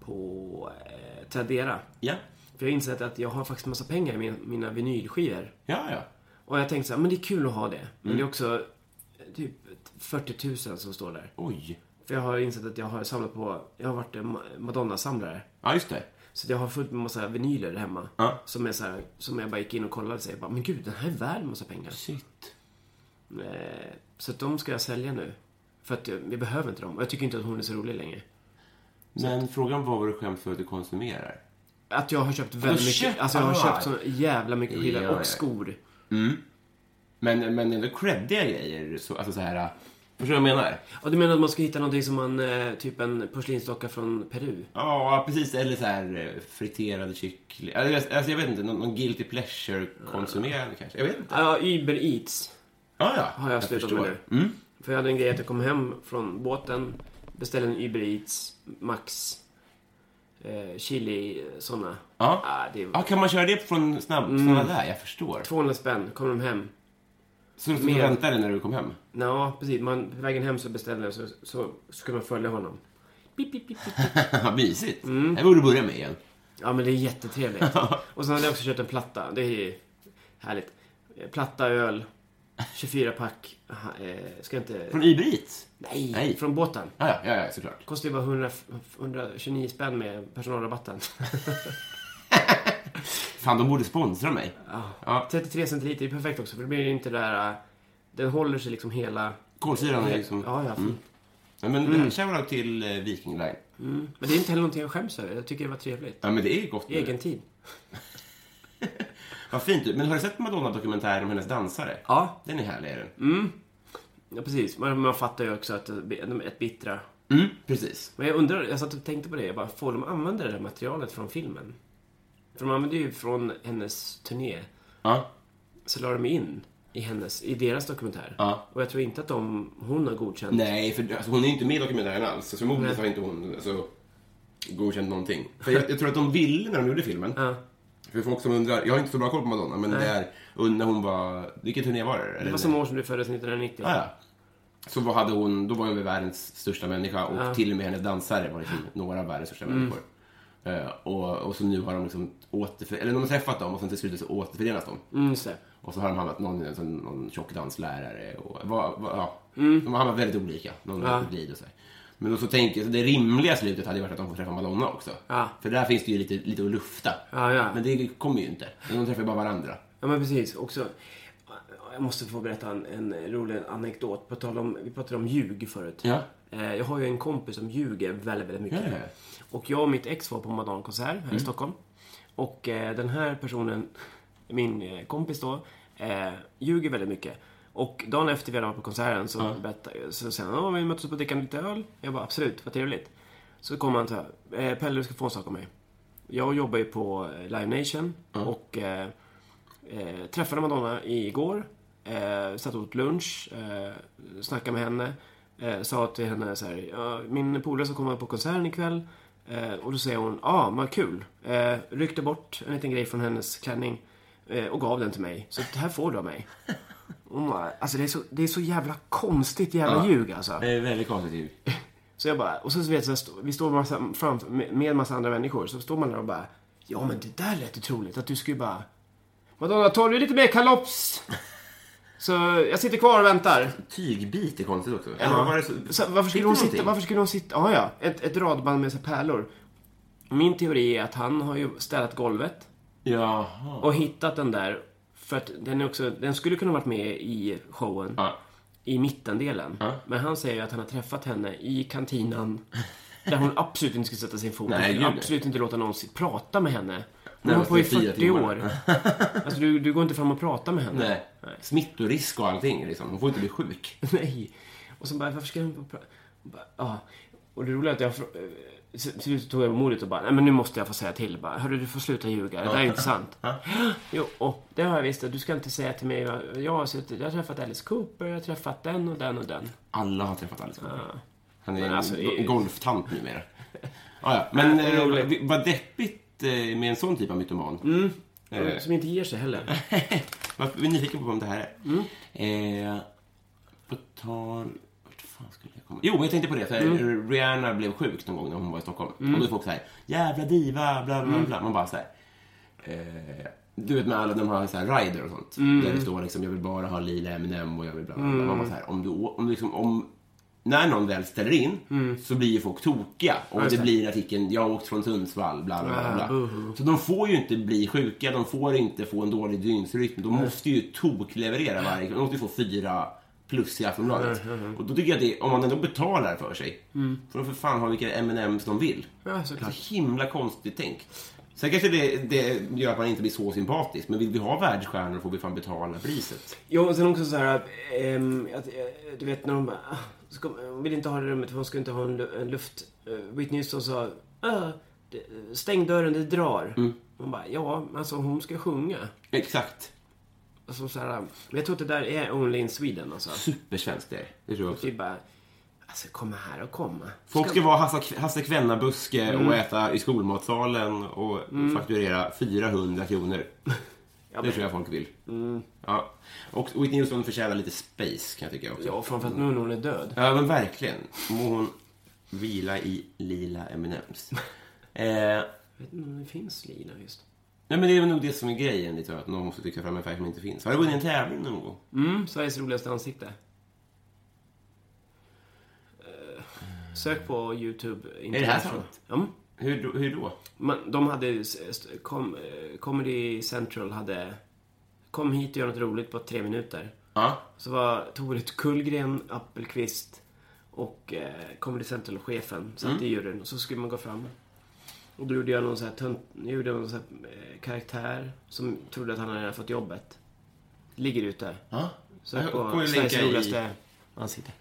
[SPEAKER 2] på eh, Tradera.
[SPEAKER 1] Ja.
[SPEAKER 2] För jag har insett att jag har faktiskt massa pengar i min, mina vinylskivor.
[SPEAKER 1] Ja, ja.
[SPEAKER 2] Och jag tänkte så här, men det är kul att ha det. Men det är också eh, typ 40 000 som står där.
[SPEAKER 1] Oj.
[SPEAKER 2] För jag har insett att jag har samlat på, jag har varit en Ma- Madonna-samlare.
[SPEAKER 1] Ja, just det.
[SPEAKER 2] Så att jag har fullt med massa vinyler hemma.
[SPEAKER 1] Ja.
[SPEAKER 2] Som, är så här, som jag bara gick in och kollade och säger bara, men gud den här är värd massa pengar.
[SPEAKER 1] Shit.
[SPEAKER 2] Eh, Så att de ska jag sälja nu. För att eh, vi behöver inte dem. Och jag tycker inte att hon är så rolig längre.
[SPEAKER 1] Men frågan var vad du skäms för att du konsumerar.
[SPEAKER 2] Att jag har köpt väldigt mycket.
[SPEAKER 1] köpt
[SPEAKER 2] alltså jag har
[SPEAKER 1] alla?
[SPEAKER 2] köpt så jävla mycket skivor
[SPEAKER 1] Ja, ja.
[SPEAKER 2] och skor.
[SPEAKER 1] Men, men ändå creddiga grejer. Så, alltså så här... äh, Förstår du vad jag menar?
[SPEAKER 2] Och du menar att man ska hitta någonting som man, eh, typ en porslinsdocka från Peru?
[SPEAKER 1] Ja, precis. Eller så här eh, friterade kyckling. Alltså, alltså, jag vet inte. Någon, någon guilty pleasure-konsumerande kanske. Jag vet inte.
[SPEAKER 2] Ja, Uber Eats
[SPEAKER 1] Ja, ja.
[SPEAKER 2] har jag, slutat
[SPEAKER 1] förstår. Mm.
[SPEAKER 2] med nu. För jag hade en grej att jag kom hem från båten, beställde en Uber Eats, Max, eh, Chili, sådana.
[SPEAKER 1] Ja.
[SPEAKER 2] Ah, det var
[SPEAKER 1] Ja, kan man köra det från snabbt?
[SPEAKER 2] Mm.
[SPEAKER 1] Såna där, jag förstår.
[SPEAKER 2] 200 spänn, kom de hem.
[SPEAKER 1] Så du stod och
[SPEAKER 2] Med-
[SPEAKER 1] väntade när du kom hem?
[SPEAKER 2] Ja, precis. Man, på vägen hem så beställde jag så, så skulle man följa honom. Pip, pip, pip, pip.
[SPEAKER 1] Vad mysigt.
[SPEAKER 2] Mm.
[SPEAKER 1] Det borde du börja med igen.
[SPEAKER 2] Ja, men det är jättetrevligt. Och sen hade jag också köpt en platta. Det är ju härligt. Eh, Platta, öl, 24-pack. Aha, eh, Ska jag inte...
[SPEAKER 1] Från Ibrit?
[SPEAKER 2] Nej,
[SPEAKER 1] Nej.
[SPEAKER 2] från båten.
[SPEAKER 1] Ja, ja, ja, ja såklart.
[SPEAKER 2] Kostar ju bara 100, 129 spänn med personalrabatten.
[SPEAKER 1] Fan, de borde sponsra mig. Ja.
[SPEAKER 2] 33 centiliter är perfekt också för det blir inte det där... eh, Den håller sig liksom hela...
[SPEAKER 1] Kolsyran är liksom...
[SPEAKER 2] Ja, ja. fint.
[SPEAKER 1] Ja, men mm. shoutout till eh, Viking Line.
[SPEAKER 2] Mm. Men det är inte heller någonting jag skäms över. Jag tycker det var trevligt.
[SPEAKER 1] Ja, men det är gott. nu.
[SPEAKER 2] Egen tid.
[SPEAKER 1] Vad fint. Men har du sett Madonna-dokumentären om hennes dansare?
[SPEAKER 2] Ja.
[SPEAKER 1] Den är härlig, är den.
[SPEAKER 2] Ja, precis. Man, man fattar ju också att de är ett bittra.
[SPEAKER 1] Mm, precis.
[SPEAKER 2] Men jag undrar, jag satt och tänkte på det. Jag bara, får de använda det där materialet från filmen? För de använde ju från hennes turné.
[SPEAKER 1] Ja.
[SPEAKER 2] Så la de in i, hennes, i deras dokumentär.
[SPEAKER 1] Ja.
[SPEAKER 2] Och jag tror inte att de, hon har godkänt.
[SPEAKER 1] Nej, för alltså, hon är ju inte med i dokumentären alls. Så förmodligen har inte hon alltså, godkänt någonting. För jag, jag tror att de ville när de gjorde filmen.
[SPEAKER 2] Ja.
[SPEAKER 1] För folk som undrar, jag har inte så bra koll på Madonna, men det är när hon var, vilken turné var det? Eller,
[SPEAKER 2] Det var samma år som du föddes, 1990.
[SPEAKER 1] Ja, ja. Så vad hade hon, då var hon väl världens största människa och till och med hennes dansare var liksom några av världens största människor. Eh, och, och så nu har de liksom återför, eller de har träffat dem och sen till slut så återförenas de.
[SPEAKER 2] Mm, just det.
[SPEAKER 1] Och så har de hamnat någon, sån- någon tjock danslärare och vad- vad- ja.
[SPEAKER 2] Mm.
[SPEAKER 1] De har hamnat väldigt olika. Någon har glid och så. här. Men då så tänker jag, så det rimliga slutet hade ju varit att de får träffa Madonna också.
[SPEAKER 2] Ja.
[SPEAKER 1] För där finns det ju lite, lite att lufta.
[SPEAKER 2] Ja, ja.
[SPEAKER 1] Men det kommer ju inte. De träffar ju bara varandra.
[SPEAKER 2] Ja, men precis. Också, jag måste få berätta en, en rolig anekdot. På tal om, vi pratade om ljug förut.
[SPEAKER 1] Ja.
[SPEAKER 2] Eh, Jag har ju en kompis som ljuger väldigt, väldigt mycket.
[SPEAKER 1] Ja, ja, Mm. ja.
[SPEAKER 2] Och jag och mitt ex var på Madonna-konsert här i Stockholm. Och eh, den här personen, min eh, kompis då, eh, ljuger väldigt mycket. Och dagen efter vi hade varit på konserten så, berättade, så säger han att vi möttes på att dricka lite öl. Jag bara absolut, vad trevligt. Så kommer han så här, eh, Pelle du ska få en sak av mig. Jag jobbar ju på eh, Live Nation och eh, Eh, träffade Madonna igår. Eh, satt och åt lunch. Eh, snackade med henne. Eh, sa till henne så här. Ja, min polare ska komma på konserten ikväll. Eh, och då säger hon. Ja, ah, vad kul. Eh, ryckte bort en liten grej från hennes klänning. Eh, och gav den till mig. Så det här får du av mig. Hon bara, alltså det är, så, det är så jävla konstigt jävla ljug alltså.
[SPEAKER 1] Det är väldigt konstigt ju.
[SPEAKER 2] Så jag bara, och så vet jag, så här, vi står massa, framför, med med en massa andra människor, så står man där och bara, ja men det där lät otroligt, att du skulle bara, Madonna tar du lite mer kalops? Så jag sitter kvar och väntar.
[SPEAKER 1] Tygbit är konstigt också. Eller vad var det så,
[SPEAKER 2] Så varför,
[SPEAKER 1] Fick
[SPEAKER 2] skulle
[SPEAKER 1] du
[SPEAKER 2] hon
[SPEAKER 1] någonting?
[SPEAKER 2] sitta, varför skulle hon sitta, ja ja, ett, ett radband med så här pärlor. Min teori är att han har ju städat golvet
[SPEAKER 1] Jaha.
[SPEAKER 2] och hittat den där, för att den, är också, den skulle kunna varit med i showen
[SPEAKER 1] Ja.
[SPEAKER 2] i mittendelen.
[SPEAKER 1] Ja.
[SPEAKER 2] Men han säger ju att han har träffat henne i kantinan där hon absolut inte skulle sätta sin fot.
[SPEAKER 1] Nej,
[SPEAKER 2] Nej,
[SPEAKER 1] gud, nej.
[SPEAKER 2] absolut inte låta någon si- prata med henne. Hon
[SPEAKER 1] Nej,
[SPEAKER 2] har på i
[SPEAKER 1] det är fyra
[SPEAKER 2] 40
[SPEAKER 1] timmar.
[SPEAKER 2] år. Alltså du, du går inte fram och pratar med henne.
[SPEAKER 1] Nej. Smittorisk och allting liksom. Hon får inte bli sjuk.
[SPEAKER 2] Nej. Och så bara, varför ska hon prata? Ja. Och det roliga är att jag... frå- eh, så- Till slut tog jag modet och bara, nej men nu måste jag få säga till. Bara, Hörru du får sluta ljuga, det där är inte sant. jo, och det har jag visst. Du ska inte säga till mig, vad- jag har, suttit, jag har träffat Alice Cooper, jag har träffat den och den och den.
[SPEAKER 1] Alla har träffat Alice Cooper. Han är
[SPEAKER 2] Men alltså,
[SPEAKER 1] en
[SPEAKER 2] i-
[SPEAKER 1] go- golftant numera. ah, ja. Men
[SPEAKER 2] det är
[SPEAKER 1] eh,
[SPEAKER 2] roligt. Mm.
[SPEAKER 1] vad- vad deppigt eh, med en sån typ av mytoman. Eh,
[SPEAKER 2] Som inte ger sig heller.
[SPEAKER 1] varför- vi är nyfikna på vem det här är.
[SPEAKER 2] Mm.
[SPEAKER 1] Eh, på tal... Vart fan skulle jag komma? Jo, jag tänkte på det. Så här,
[SPEAKER 2] Mm.
[SPEAKER 1] Rihanna blev sjuk någon gång när hon var i Stockholm. Och då är folk så här, jävla diva, bla bla
[SPEAKER 2] Mm.
[SPEAKER 1] bla. Man bara så här, eh, du vet med alla de här, så här rider och sånt. Där det står liksom, jag vill bara ha lila M&M och jag vill bla bla bla. Man bara så här, om du, å- om du liksom, om, när någon väl ställer in så blir ju folk tokiga. Och Mm. det Ah, blir artikeln, jag har åkt från Sundsvall, bla bla bla. bla. Så de får ju inte bli sjuka, de får inte få en dålig dygnsrytm. De måste ju tokleverera varje De måste ju få fyra plus i Aftonbladet. Och då tycker jag att det, om man ändå betalar för sig, får de för fan ha vilka M&M's de vill.
[SPEAKER 2] Ja,
[SPEAKER 1] Det är
[SPEAKER 2] såklart.
[SPEAKER 1] så himla konstigt tänk. Sen kanske det, det gör att man inte blir så sympatisk, men vill vi ha världsstjärnor får vi fan betala priset.
[SPEAKER 2] Jo, och sen också så här, ehm, att, eh, du vet när hon bara, "Ah, ska, hon vill inte ha det i rummet för hon ska inte ha en, lu- en luft. Eh, Whitney Houston sa, "Ah, det- stäng dörren, det drar. Hon bara, ja, men alltså hon ska sjunga.
[SPEAKER 1] Exakt.
[SPEAKER 2] Alltså, så här, men jag tror att det där är only in Sweden alltså.
[SPEAKER 1] Supersvenskt det är. Det tror jag också.
[SPEAKER 2] Det är bara, alltså komma här och komma.
[SPEAKER 1] Folk ska vara Hasse, Hasse Kvenna-buske och äta i skolmatsalen och fakturera 400 kronor. Det tror jag folk vill. Ja. Och Whitney Houston förtjänar lite space kan jag tycka också.
[SPEAKER 2] Ja, framförallt nu när hon är död.
[SPEAKER 1] Ja, men verkligen. Må hon vila i lila M&M's. Eh,
[SPEAKER 2] Jag vet inte om det finns lila just.
[SPEAKER 1] Nej, men det är väl nog det som är grejen, lite, att någon måste dyka fram med en färg som inte finns. Har du vunnit en tävling någon gång?
[SPEAKER 2] Mm, Sveriges roligaste ansikte. Eh, Sök på YouTube.
[SPEAKER 1] Är det här sant?
[SPEAKER 2] Ja. mm.
[SPEAKER 1] Hur, då- hur då?
[SPEAKER 2] Man- De hade... s- st- Com- eh, Comedy Central hade... Kom hit och gör något roligt på tre minuter.
[SPEAKER 1] Ja.
[SPEAKER 2] Så var Torit Kullgren, Appelqvist och eh, Comedy Central-chefen satt
[SPEAKER 1] Mm.
[SPEAKER 2] i juryn. Och så skulle man gå fram. Och då gjorde jag någon sån här, tönt, jag gjorde någon sån här eh, karaktär som trodde att han hade redan fått jobbet. Ligger ute.
[SPEAKER 1] ja.
[SPEAKER 2] Så
[SPEAKER 1] Jag
[SPEAKER 2] på
[SPEAKER 1] kommer
[SPEAKER 2] Sveriges
[SPEAKER 1] länka i-
[SPEAKER 2] roligaste ansikte.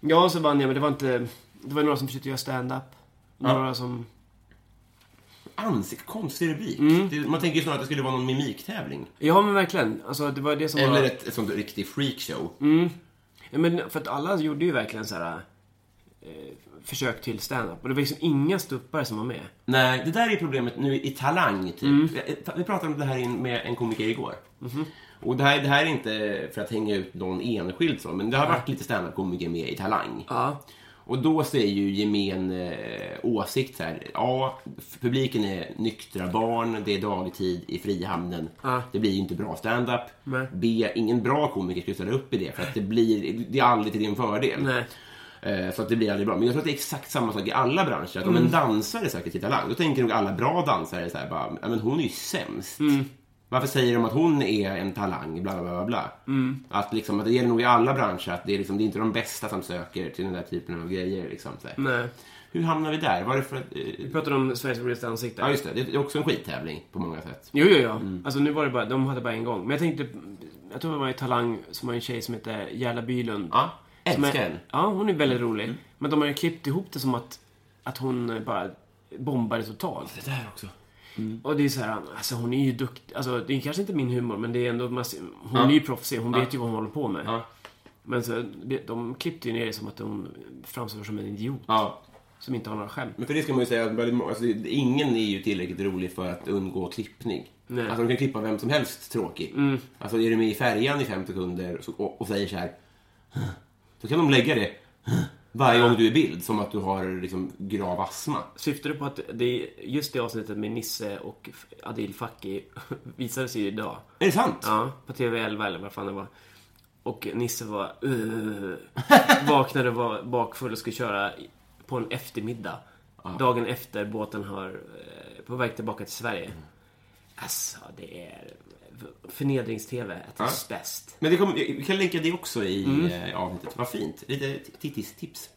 [SPEAKER 2] Ja, så vann jag, men det var inte... Det var några som försökte göra stand-up. Några som...
[SPEAKER 1] Ansikt, konstig rubrik.
[SPEAKER 2] Mm.
[SPEAKER 1] Det, man tänker ju snarare att det skulle vara någon mimiktävling.
[SPEAKER 2] Ja, men verkligen. Alltså, det var det som var...
[SPEAKER 1] Eller ett, ett sånt riktigt freakshow.
[SPEAKER 2] Mm. Ja, men för att alla gjorde ju verkligen så här... Eh, försök till stand-up. Och det var liksom inga stuppare som var med.
[SPEAKER 1] Nej, det där är problemet nu i Talang, typ.
[SPEAKER 2] Mm.
[SPEAKER 1] Vi- Vi pratade om det här in- med en komiker igår.
[SPEAKER 2] Mhm.
[SPEAKER 1] Och det här, det här är inte för att hänga ut någon enskild så, men det har varit lite standup-komiker med i Talang.
[SPEAKER 2] Ja.
[SPEAKER 1] Och då säger ju gemen eh, åsikt så här, ja, f- publiken är nyktra barn, det är dagtid i Frihamnen.
[SPEAKER 2] Ja.
[SPEAKER 1] Det blir ju inte bra standup.
[SPEAKER 2] Nej.
[SPEAKER 1] B, ingen bra komiker skulle ställa upp i det, för att det blir, det är aldrig till din fördel.
[SPEAKER 2] Nej.
[SPEAKER 1] Eh, Så att det blir aldrig bra. Men jag tror att det är exakt samma sak i alla branscher. Att om en dansare söker till Talang, då tänker nog alla bra dansare så här, bara, "Ja, men hon är ju sämst. Varför säger de att hon är en talang? Bla, bla, bla, bla. Att, liksom, att det gäller nog i alla branscher att det är, liksom, det är inte de bästa som söker till den där typen av grejer. Liksom, så här.
[SPEAKER 2] Nej.
[SPEAKER 1] Hur hamnar vi där? Var det för att, eh,
[SPEAKER 2] Vi pratade om Sveriges roligaste ansikte.
[SPEAKER 1] ja, just det. Det är också en skittävling på många sätt.
[SPEAKER 2] Jo, jo, ja.
[SPEAKER 1] Mm.
[SPEAKER 2] Alltså nu var det bara, de hade bara en gång. Men jag tänkte, jag tror det var i Talang som har en tjej som heter Gerda Bylund.
[SPEAKER 1] Ja,
[SPEAKER 2] Som
[SPEAKER 1] älskar
[SPEAKER 2] är,
[SPEAKER 1] den. Mm.
[SPEAKER 2] Ja, hon är väldigt rolig. Men de har ju klippt ihop det som att, att hon bara bombade totalt.
[SPEAKER 1] Det där också. Mm.
[SPEAKER 2] Och det är så här, alltså hon är ju duktig. Alltså det är kanske inte min humor, men det är ändå, mass- hon är ju proffsig. Hon vet ju vad hon håller på med.
[SPEAKER 1] Ja.
[SPEAKER 2] Men så, de klippte ju ner det som att hon framstår som en idiot.
[SPEAKER 1] Ja.
[SPEAKER 2] Som inte har några skämt.
[SPEAKER 1] Men för det ska man ju säga att väldigt många, alltså, det- ingen är ju tillräckligt rolig för att undgå klippning.
[SPEAKER 2] Nej. Mm.
[SPEAKER 1] Alltså de kan klippa vem som helst tråkig. Alltså är du med i färjan i fem sekunder så- och, och säger så här. Då kan de lägga det varje gång du är i bild som att du har liksom grav astma.
[SPEAKER 2] Syftar du på att det, just det avsnittet med Nisse och F- Adil Fakki visades ju idag?
[SPEAKER 1] Är det sant?
[SPEAKER 2] Ja, på TV11 eller vad fan det var. Och Nisse var... Uh, vaknade och var bakfull och skulle köra i- på en eftermiddag. Dagen efter båten har... eh, På väg tillbaka till Sverige. Alltså, det är... Förnedrings-TV at its bäst.
[SPEAKER 1] Men det kommer- vi kan länka det också i
[SPEAKER 2] Mm.
[SPEAKER 1] eh, avsnittet. Vad fint. Lite t- tittis-tips.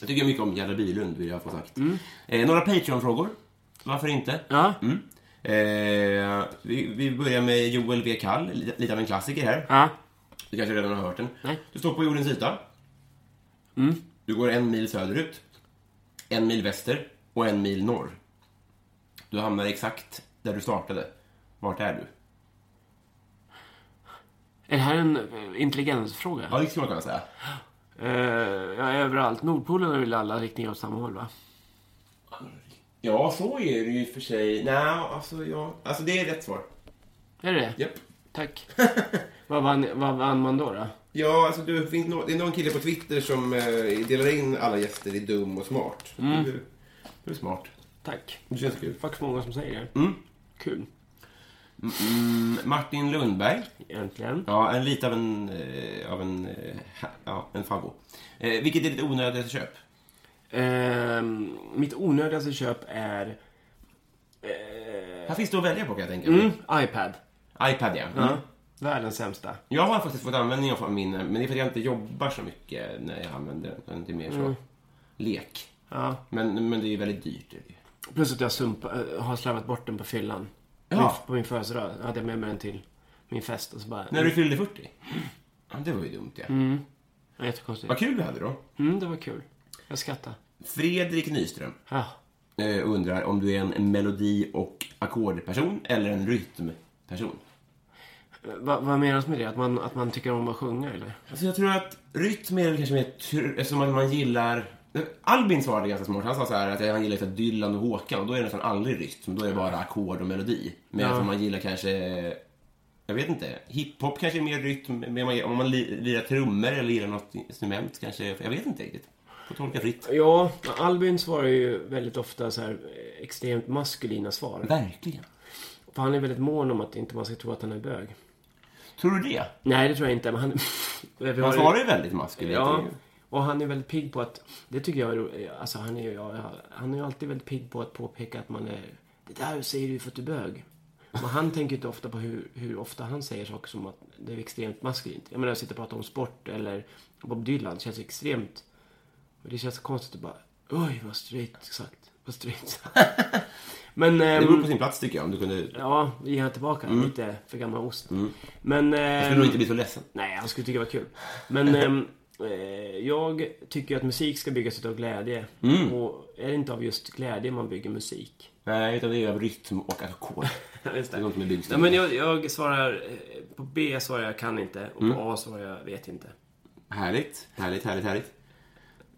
[SPEAKER 1] Jag tycker mycket om Gerda Bylund, vill jag få sagt. Eh, några Patreon-frågor. Varför inte?
[SPEAKER 2] Mm. Ja.
[SPEAKER 1] Mm. Eh, vi, vi börjar med Joel W. Kall, li- lite av en klassiker här.
[SPEAKER 2] Ja.
[SPEAKER 1] Du kanske redan har hört den.
[SPEAKER 2] Nej. Mm.
[SPEAKER 1] Du står på jordens yta. Du går en mil söderut, en mil väster och en mil norr. Du hamnar exakt där du startade. Vart är du?
[SPEAKER 2] Är det här en eh, intelligensfråga?
[SPEAKER 1] Ja, det skulle man kunna säga.
[SPEAKER 2] Eh, ja, överallt. Nordpolen är väl alla riktningar åt samma håll, va?
[SPEAKER 1] Ja, så är det ju för sig. Nej, alltså ja. Alltså det är rätt svar.
[SPEAKER 2] Är det det?
[SPEAKER 1] Japp.
[SPEAKER 2] Tack. vad, vann, vad vann man då? då?
[SPEAKER 1] Ja, alltså du, finns nå- det är någon kille på Twitter som eh, delar in alla gäster i dum och smart. Du, du är smart.
[SPEAKER 2] Tack.
[SPEAKER 1] Det känns kul.
[SPEAKER 2] Faktiskt många som säger det. Mm. Kul.
[SPEAKER 1] Mm, Martin Lundberg.
[SPEAKER 2] Äntligen.
[SPEAKER 1] Ja, en, lite av en, eh, av en, eh, ha- ja, en favvo. Eh, vilket är ditt onödigaste köp?
[SPEAKER 2] Ehm, mitt onödigaste köp är eh,
[SPEAKER 1] Här finns det att välja på kan jag tänka mig.
[SPEAKER 2] mm, iPad.
[SPEAKER 1] iPad ja. Mm.
[SPEAKER 2] Världens sämsta.
[SPEAKER 1] Jag har faktiskt fått användning av min, eh, men det är för att jag inte jobbar så mycket när jag använder den. Utan Det är mer så lek.
[SPEAKER 2] Ja.
[SPEAKER 1] Men, men det är ju väldigt dyrt. Är det ju.
[SPEAKER 2] Plus att jag sumpa, eh, har slarvat bort den på fyllan.
[SPEAKER 1] Ja.
[SPEAKER 2] Min, på min födelsedag hade jag med mig den till min fest och så bara...
[SPEAKER 1] När du fyllde Mm. 40? Ja, det var ju dumt ja.
[SPEAKER 2] Ja, Jättekonstigt.
[SPEAKER 1] Vad kul du hade då.
[SPEAKER 2] Mm, det var kul. Jag skrattade.
[SPEAKER 1] Fredrik Nyström
[SPEAKER 2] Ja.
[SPEAKER 1] eh, undrar om du är en melodi och ackordperson eller en rytmperson.
[SPEAKER 2] Eh, Vad, vad menas med det? Att man, att man tycker om att sjunga eller?
[SPEAKER 1] Alltså jag tror att rytm är väl kanske mer tur, eftersom att man gillar... Albin svarade ganska smart. Han sa så här att han gillar så här Dylan och Håkan och då är det nästan aldrig rytm. Då är det bara ackord och melodi. Men eftersom man gillar kanske... Jag vet inte. Hiphop kanske är mer rytm. Men man- om man li- lirar trummor eller lirar något instrument kanske... Jag vet inte riktigt. Får tolka fritt.
[SPEAKER 2] Ja, Albin svarar ju väldigt ofta så här eh, extremt maskulina svar.
[SPEAKER 1] Verkligen.
[SPEAKER 2] För han är väldigt mån om att inte man ska tro att han är bög.
[SPEAKER 1] Tror du det?
[SPEAKER 2] Nej, det tror jag inte. Men han... Vi
[SPEAKER 1] Han svarar ju väldigt maskulint.
[SPEAKER 2] Ja, och han är väldigt pigg på att... Det tycker jag är ro- Alltså han är ju... ja, Han är ju alltid väldigt pigg på att påpeka att man är... Det där säger du för att du är bög. Men han tänker ju inte ofta på hur, hur ofta han säger saker som att det är extremt maskulint. Jag menar, att sitta och prata om sport eller Bob Dylan känns ju extremt... och Det känns konstigt att bara... Oj, vad straight sagt. Vad straight sagt. Men...
[SPEAKER 1] Det
[SPEAKER 2] ehm,
[SPEAKER 1] vore på sin plats tycker jag om du kunde... Jag
[SPEAKER 2] Ja, ge han tillbaka lite för gammal ost. Men...
[SPEAKER 1] Mm. skulle nog inte bli så ledsen.
[SPEAKER 2] Nej, han skulle tycka det var kul. Men ehm, eh, jag tycker att musik ska byggas av glädje. Och är det inte av just glädje man bygger musik?
[SPEAKER 1] Nej, utan det är av rytm och ackord.
[SPEAKER 2] Just
[SPEAKER 1] Det är något med
[SPEAKER 2] Ja,
[SPEAKER 1] byggstilen.
[SPEAKER 2] men jag, jag svarar... eh, På B svarar jag kan inte och på A svarar jag vet inte.
[SPEAKER 1] Härligt, härligt, härligt, härligt.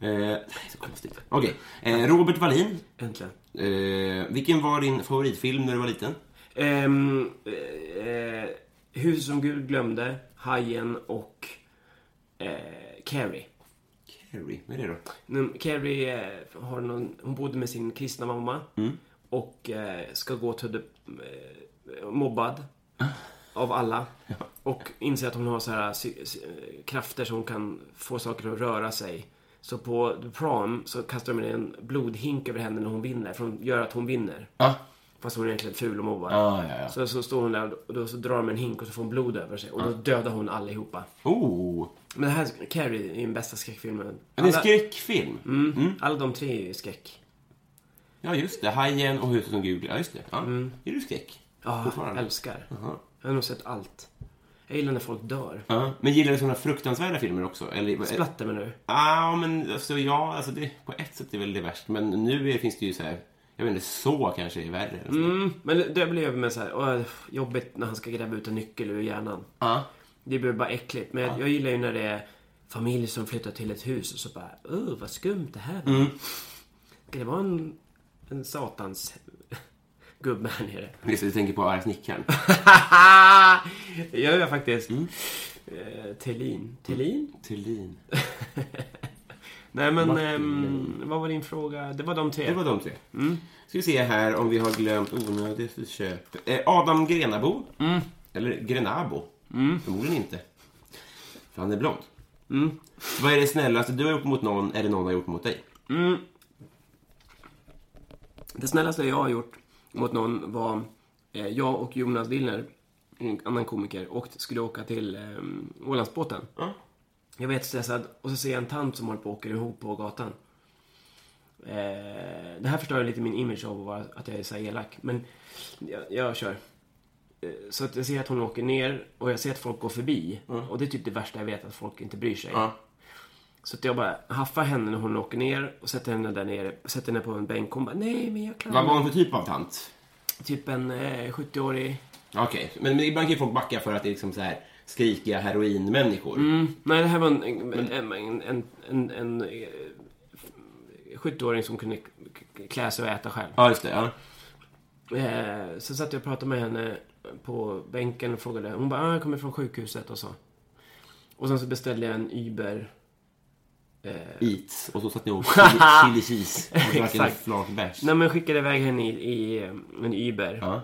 [SPEAKER 1] Eh, så konstigt. Okej. Eh, Robert Wallin.
[SPEAKER 2] Äntligen.
[SPEAKER 1] Eh, vilken var din favoritfilm när du var liten?
[SPEAKER 2] Ehm, eh, eh, Hus som Gud glömde, Hajen och eh, Carrie.
[SPEAKER 1] Carrie, vad är det då?
[SPEAKER 2] Nu- Carrie eh, har någon, hon bodde med sin kristna mamma
[SPEAKER 1] Mm.
[SPEAKER 2] och eh, ska gå till eh, mobbad av alla. Och inser att hon har så här sy- sy- krafter som kan få saker att röra sig. Så på the prom så kastar de en blodhink över henne när hon vinner. För de gör att hon vinner.
[SPEAKER 1] Ja.
[SPEAKER 2] Fast hon är egentligen ful och mobbar.
[SPEAKER 1] Ja, ja, ja.
[SPEAKER 2] Så, så står hon där och då så drar de en hink och så får hon blod över sig. Och då dödar hon allihopa.
[SPEAKER 1] Oh!
[SPEAKER 2] Men det här, Carrie är ju den bästa skräckfilmen.
[SPEAKER 1] Ja, Det är en
[SPEAKER 2] Alla-
[SPEAKER 1] skräckfilm.
[SPEAKER 2] Mm. Alla de tre är ju skräck.
[SPEAKER 1] Ja, just det. Hajen och Huset som gul. Ja, just det. Ja. Är du skräck?
[SPEAKER 2] Ja, jag
[SPEAKER 1] Fortfarande?
[SPEAKER 2] älskar.
[SPEAKER 1] Jaha.
[SPEAKER 2] Jag har nog sett allt. Jag gillar när folk dör.
[SPEAKER 1] Ja. Men gillar du sådana fruktansvärda filmer också? Eller,
[SPEAKER 2] Splatter med nu.
[SPEAKER 1] Ja, men alltså, ja, alltså det, på ett sätt är väl det värst. Men nu är, finns det ju så här, jag vet inte, så kanske är värre. Mm.
[SPEAKER 2] Mm, men det blev med så här, åh, jobbigt när han ska gräva ut en nyckel ur hjärnan.
[SPEAKER 1] Ja.
[SPEAKER 2] Det blir bara äckligt. Men jag, jag gillar ju när det är familj som flyttar till ett hus och så bara, öh vad skumt det här
[SPEAKER 1] Mm.
[SPEAKER 2] var. Ska det vara en, en satans gubbe här nere?
[SPEAKER 1] Just det, du tänker på Arga Snickaren.
[SPEAKER 2] det gör jag faktiskt.
[SPEAKER 1] Mm.
[SPEAKER 2] Eh, Thelin. Thelin?
[SPEAKER 1] Thulin.
[SPEAKER 2] Nej men,
[SPEAKER 1] Mm. Martin
[SPEAKER 2] ehm, vad var din fråga? Det var de tre.
[SPEAKER 1] Det var de tre. Ska vi se här om vi har glömt onödigt köp. Eh, Adam Grenabo. Eller Grenabo. Förmodligen inte. För han är blond. Vad är det snällaste du har gjort mot någon eller någon har gjort mot dig?
[SPEAKER 2] Det snällaste jag har gjort mot någon var eh, jag och Jonas Dillner, en annan komiker, och skulle åka till eh, Ålandsbåten. Jag var jättestressad och så ser jag en tant som håller på att åka ihop på gatan. Eh, det här förstör lite min image av att vara- att jag är så här elak, men jag, jag kör. Eh, Så att jag ser att hon åker ner och jag ser att folk går förbi. Och det är typ det värsta jag vet, att folk inte bryr sig.
[SPEAKER 1] Ja.
[SPEAKER 2] Så att jag bara haffar henne när hon åker ner och sätter henne där nere, sätter henne på en bänk. Hon bara, nej men jag klarar
[SPEAKER 1] Vad var
[SPEAKER 2] mig."
[SPEAKER 1] hon för typ av tant?
[SPEAKER 2] Typ en eh, 70-årig...
[SPEAKER 1] Okej, men, men ibland kan ju folk backa för att det är liksom så här skrikiga heroinmänniskor.
[SPEAKER 2] Mm. Nej, det här var en, en, en, en, en, en, eh, 70-åring som kunde k- k- klä sig och äta själv.
[SPEAKER 1] Ja, just det. Ja.
[SPEAKER 2] Eh, sen satt jag och pratade med henne på bänken och frågade. Hon bara, ah, jag kommer från sjukhuset och så. Och sen så beställde jag en Uber.
[SPEAKER 1] Eats och så satte ni ihop chili, chili cheese och drack en
[SPEAKER 2] Exakt.
[SPEAKER 1] flakbärs.
[SPEAKER 2] Nej, men jag skickade iväg henne i, i eh, en Uber.
[SPEAKER 1] Ja.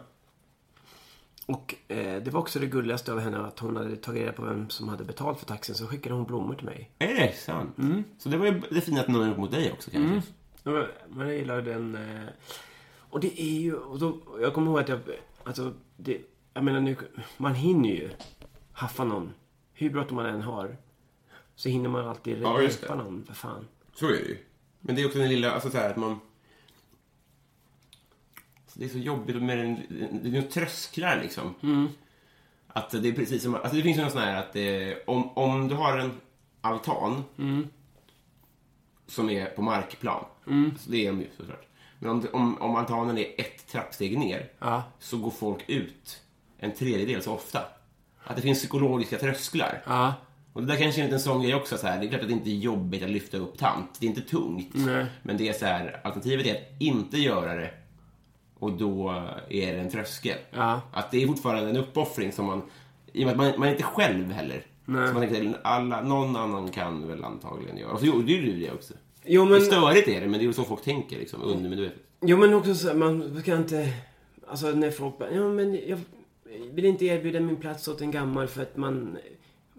[SPEAKER 2] Och eh, det var också det gulligaste av henne att hon hade tagit reda på vem som hade betalt för taxin. Så skickade hon blommor till mig.
[SPEAKER 1] Är det sant?
[SPEAKER 2] Mm.
[SPEAKER 1] Så det var ju det fina att någon gjort mot dig också kanske.
[SPEAKER 2] Ja, men- Men jag gillar den... eh, Och det är ju... Och då, jag kommer ihåg att jag... Alltså, det, jag menar nu... Man hinner ju haffa någon. Hur bråttom man än har. Så hinner man alltid
[SPEAKER 1] Ja, just det.
[SPEAKER 2] repa någon, för fan.
[SPEAKER 1] Så är det ju. Men det är också den lilla, alltså så här att man... Alltså, Det är så jobbigt med den, det är ju trösklar liksom.
[SPEAKER 2] Mm.
[SPEAKER 1] Att det är precis som, alltså det finns ju någon sån här att eh, om, om du har en altan som är på markplan,
[SPEAKER 2] Mm.
[SPEAKER 1] så det är de ju såklart. Men om, om, om altanen är ett trappsteg ner
[SPEAKER 2] Ja.
[SPEAKER 1] så går folk ut en tredjedel så ofta. Att det finns psykologiska trösklar.
[SPEAKER 2] Ja.
[SPEAKER 1] Och det där kanske är en liten sån grej också. Så här. Det är klart att det inte är jobbigt att lyfta upp tant. Det är inte tungt.
[SPEAKER 2] Nej.
[SPEAKER 1] Men det är så här, alternativet är att inte göra det. Och då är det en tröskel.
[SPEAKER 2] Ja.
[SPEAKER 1] Att det är fortfarande en uppoffring som man... I och med att man, man är inte själv heller.
[SPEAKER 2] Nej.
[SPEAKER 1] Så man tänker att alla, någon annan kan väl antagligen göra. Och så gjorde ju du det också.
[SPEAKER 2] Jo,
[SPEAKER 1] Men...
[SPEAKER 2] men...
[SPEAKER 1] Störigt är det, men det är ju så folk tänker liksom, undermedvetet.
[SPEAKER 2] Jo, men också så här, man ska inte... Alltså när folk bara, ja men jag vill inte erbjuda min plats åt en gammal för att man...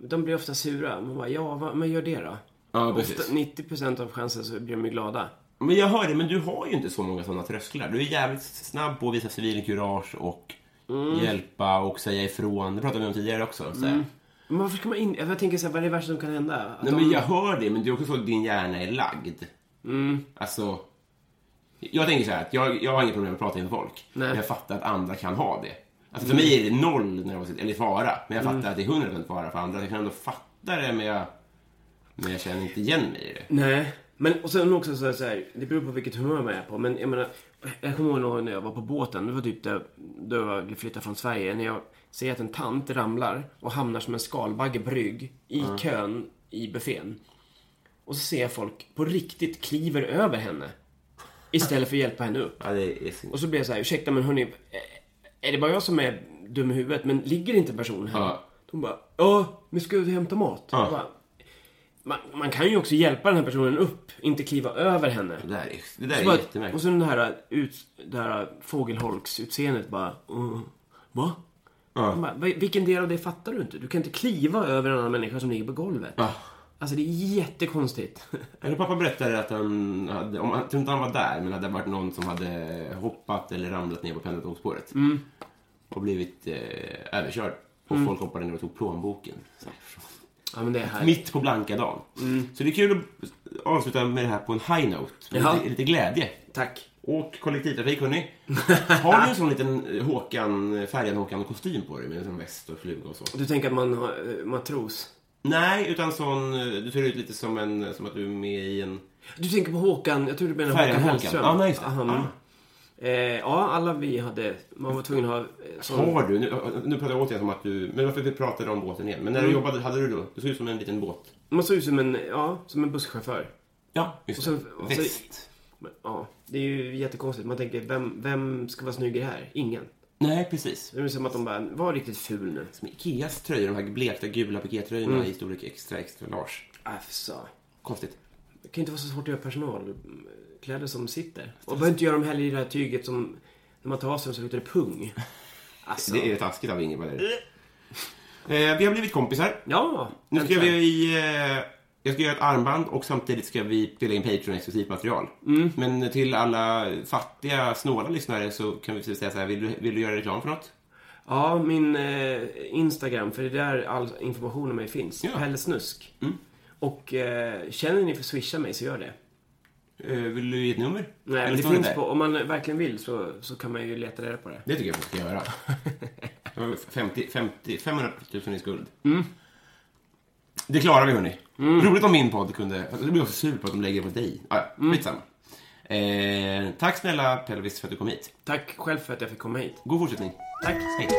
[SPEAKER 2] De blir ofta sura. Man bara, ja vad, men gör det då.
[SPEAKER 1] Ja,
[SPEAKER 2] Ofta, 90% av chansen så blir de ju glada.
[SPEAKER 1] Men jag hör det, men du har ju inte så många sådana trösklar. Du är jävligt snabb på att visa civilkurage och
[SPEAKER 2] Mm.
[SPEAKER 1] hjälpa och säga ifrån. Det pratade vi om tidigare också. Så här.
[SPEAKER 2] Men varför ska man in... Jag tänker såhär, vad är det värsta som kan hända? Att
[SPEAKER 1] Nej,
[SPEAKER 2] de-
[SPEAKER 1] men jag hör det, men det är också så att din hjärna är lagd.
[SPEAKER 2] Mm.
[SPEAKER 1] Alltså, jag tänker så här att jag, jag har inget problem med att prata inför folk.
[SPEAKER 2] Nej. Mm.
[SPEAKER 1] Men jag fattar att andra kan ha det. Alltså för mig är det noll nervositet, eller fara. Men jag fattar att det är 100% fara för andra. Jag kan ändå fatta det, men jag, men jag känner inte igen mig i det.
[SPEAKER 2] Nej, men och sen också så här, så här, det beror på vilket humör man är på. Men jag menar, jag kommer ihåg någon när jag var på båten, det var typ där, då jag flyttade från Sverige, när jag ser att en tant ramlar och hamnar som en skalbagge på rygg i kön i buffén. Och så ser jag folk på riktigt kliver över henne istället för att hjälpa henne upp.
[SPEAKER 1] Ja, det är synd.
[SPEAKER 2] Och så blir jag så här, ursäkta men hörni, eh, är det bara jag som är dum i huvudet men ligger inte personen här?
[SPEAKER 1] Ja.
[SPEAKER 2] De bara, ja, men ska ut och hämta mat?
[SPEAKER 1] Ja.
[SPEAKER 2] Jag Bara, man, man kan ju också hjälpa den här personen upp, inte kliva över henne.
[SPEAKER 1] Det där är, det där
[SPEAKER 2] Så
[SPEAKER 1] är
[SPEAKER 2] bara-
[SPEAKER 1] jättemärkligt.
[SPEAKER 2] och så den här, ut, det här fågelholksutseendet bara, uh, va? Man Bara, "Vil- vilken del av det fattar du inte? Du kan inte kliva över en annan människa som ligger på golvet. Alltså det är jättekonstigt.
[SPEAKER 1] Eller pappa berättade att han hade, om, jag tror inte han var där, men att det hade varit någon som hade hoppat eller ramlat ner på pendeltågsspåret.
[SPEAKER 2] Mm.
[SPEAKER 1] Och blivit eh, överkörd. Och folk hoppade ner och tog plånboken. Så här,
[SPEAKER 2] ja men det är här.
[SPEAKER 1] Mitt på blanka dagen. Så det är kul att avsluta med det här på en high note. Med
[SPEAKER 2] Mm. Ja.
[SPEAKER 1] Lite, lite glädje.
[SPEAKER 2] Tack.
[SPEAKER 1] Åk kollektivtrafik hörni. Har du en sån liten eh, Håkan, färgad Håkan-kostym på dig med en sån väst och fluga och så?
[SPEAKER 2] Du tänker att man har eh, matros?
[SPEAKER 1] Nej, utan sån, eh, du ser ut lite som, en, som att du är med i en...
[SPEAKER 2] Du tänker på Håkan, jag tror du menar
[SPEAKER 1] Färjan
[SPEAKER 2] Håkan
[SPEAKER 1] Håkan.
[SPEAKER 2] Hellström.
[SPEAKER 1] Ja, nej, just det.
[SPEAKER 2] Han, eh, ja, alla vi hade, man var tvungen att ha... eh, Sån,
[SPEAKER 1] Har du? Nu, nu pratar jag återigen om att du... Men varför vi pratade om båten igen. Men när du jobbade, hade du då? Du såg ut som en liten båt.
[SPEAKER 2] man såg ut som en, ja, som en busschaufför.
[SPEAKER 1] Ja, just
[SPEAKER 2] Och
[SPEAKER 1] det.
[SPEAKER 2] sen- och sen-
[SPEAKER 1] Väst.
[SPEAKER 2] Men, ja, det är ju jättekonstigt. Man tänker, vem, vem ska vara snygg i det här? Ingen.
[SPEAKER 1] Nej, precis.
[SPEAKER 2] Det är som att de bara, var riktigt ful nu.
[SPEAKER 1] Som Ikeas tröjor, de här blekta gula pikétröjorna i storlek extra, extra large.
[SPEAKER 2] Alltså,
[SPEAKER 1] Konstigt.
[SPEAKER 2] det kan inte vara så svårt att göra personalkläder som sitter. Och behöver inte göra dem heller i det här tyget som, när man tar av sig dem så luktar det pung. Alltså,
[SPEAKER 1] Det är taskigt av Ingeborg. eh, vi har blivit kompisar.
[SPEAKER 2] ja.
[SPEAKER 1] Nu ska
[SPEAKER 2] äntligen.
[SPEAKER 1] vi... Eh, jag ska göra ett armband och samtidigt ska vi spela in Patreon-exklusivt material. Men till alla fattiga, snåla lyssnare så kan vi precis säga så här, vill du, vill du göra reklam för något?
[SPEAKER 2] Ja, min eh, Instagram, för det är där all information om mig finns.
[SPEAKER 1] Ja. Mm.
[SPEAKER 2] Pelle Snusk. Och eh, känner ni för att swisha mig så gör det.
[SPEAKER 1] Eh, vill du ge ett nummer?
[SPEAKER 2] Nej,
[SPEAKER 1] Eller
[SPEAKER 2] men det
[SPEAKER 1] står det
[SPEAKER 2] finns
[SPEAKER 1] där?
[SPEAKER 2] på, om man verkligen vill så, så kan man ju leta reda på det.
[SPEAKER 1] Det tycker jag att vi ska göra. Det var 50, 50, 500 000 i skuld.
[SPEAKER 2] Mm.
[SPEAKER 1] Det klarar vi, hörni. Roligt om min podd kunde... fast Jag blir också sur på att de lägger det på dig. Ah, ja,
[SPEAKER 2] Mm.
[SPEAKER 1] skitsamma. Eh, tack snälla Pelvis för att du kom hit.
[SPEAKER 2] Tack själv för att jag fick komma hit.
[SPEAKER 1] God fortsättning.
[SPEAKER 2] Tack.
[SPEAKER 1] Hej.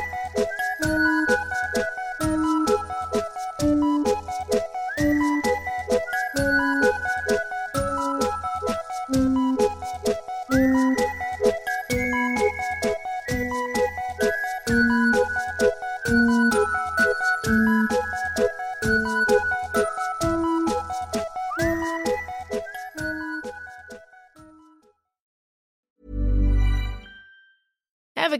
[SPEAKER 3] Ever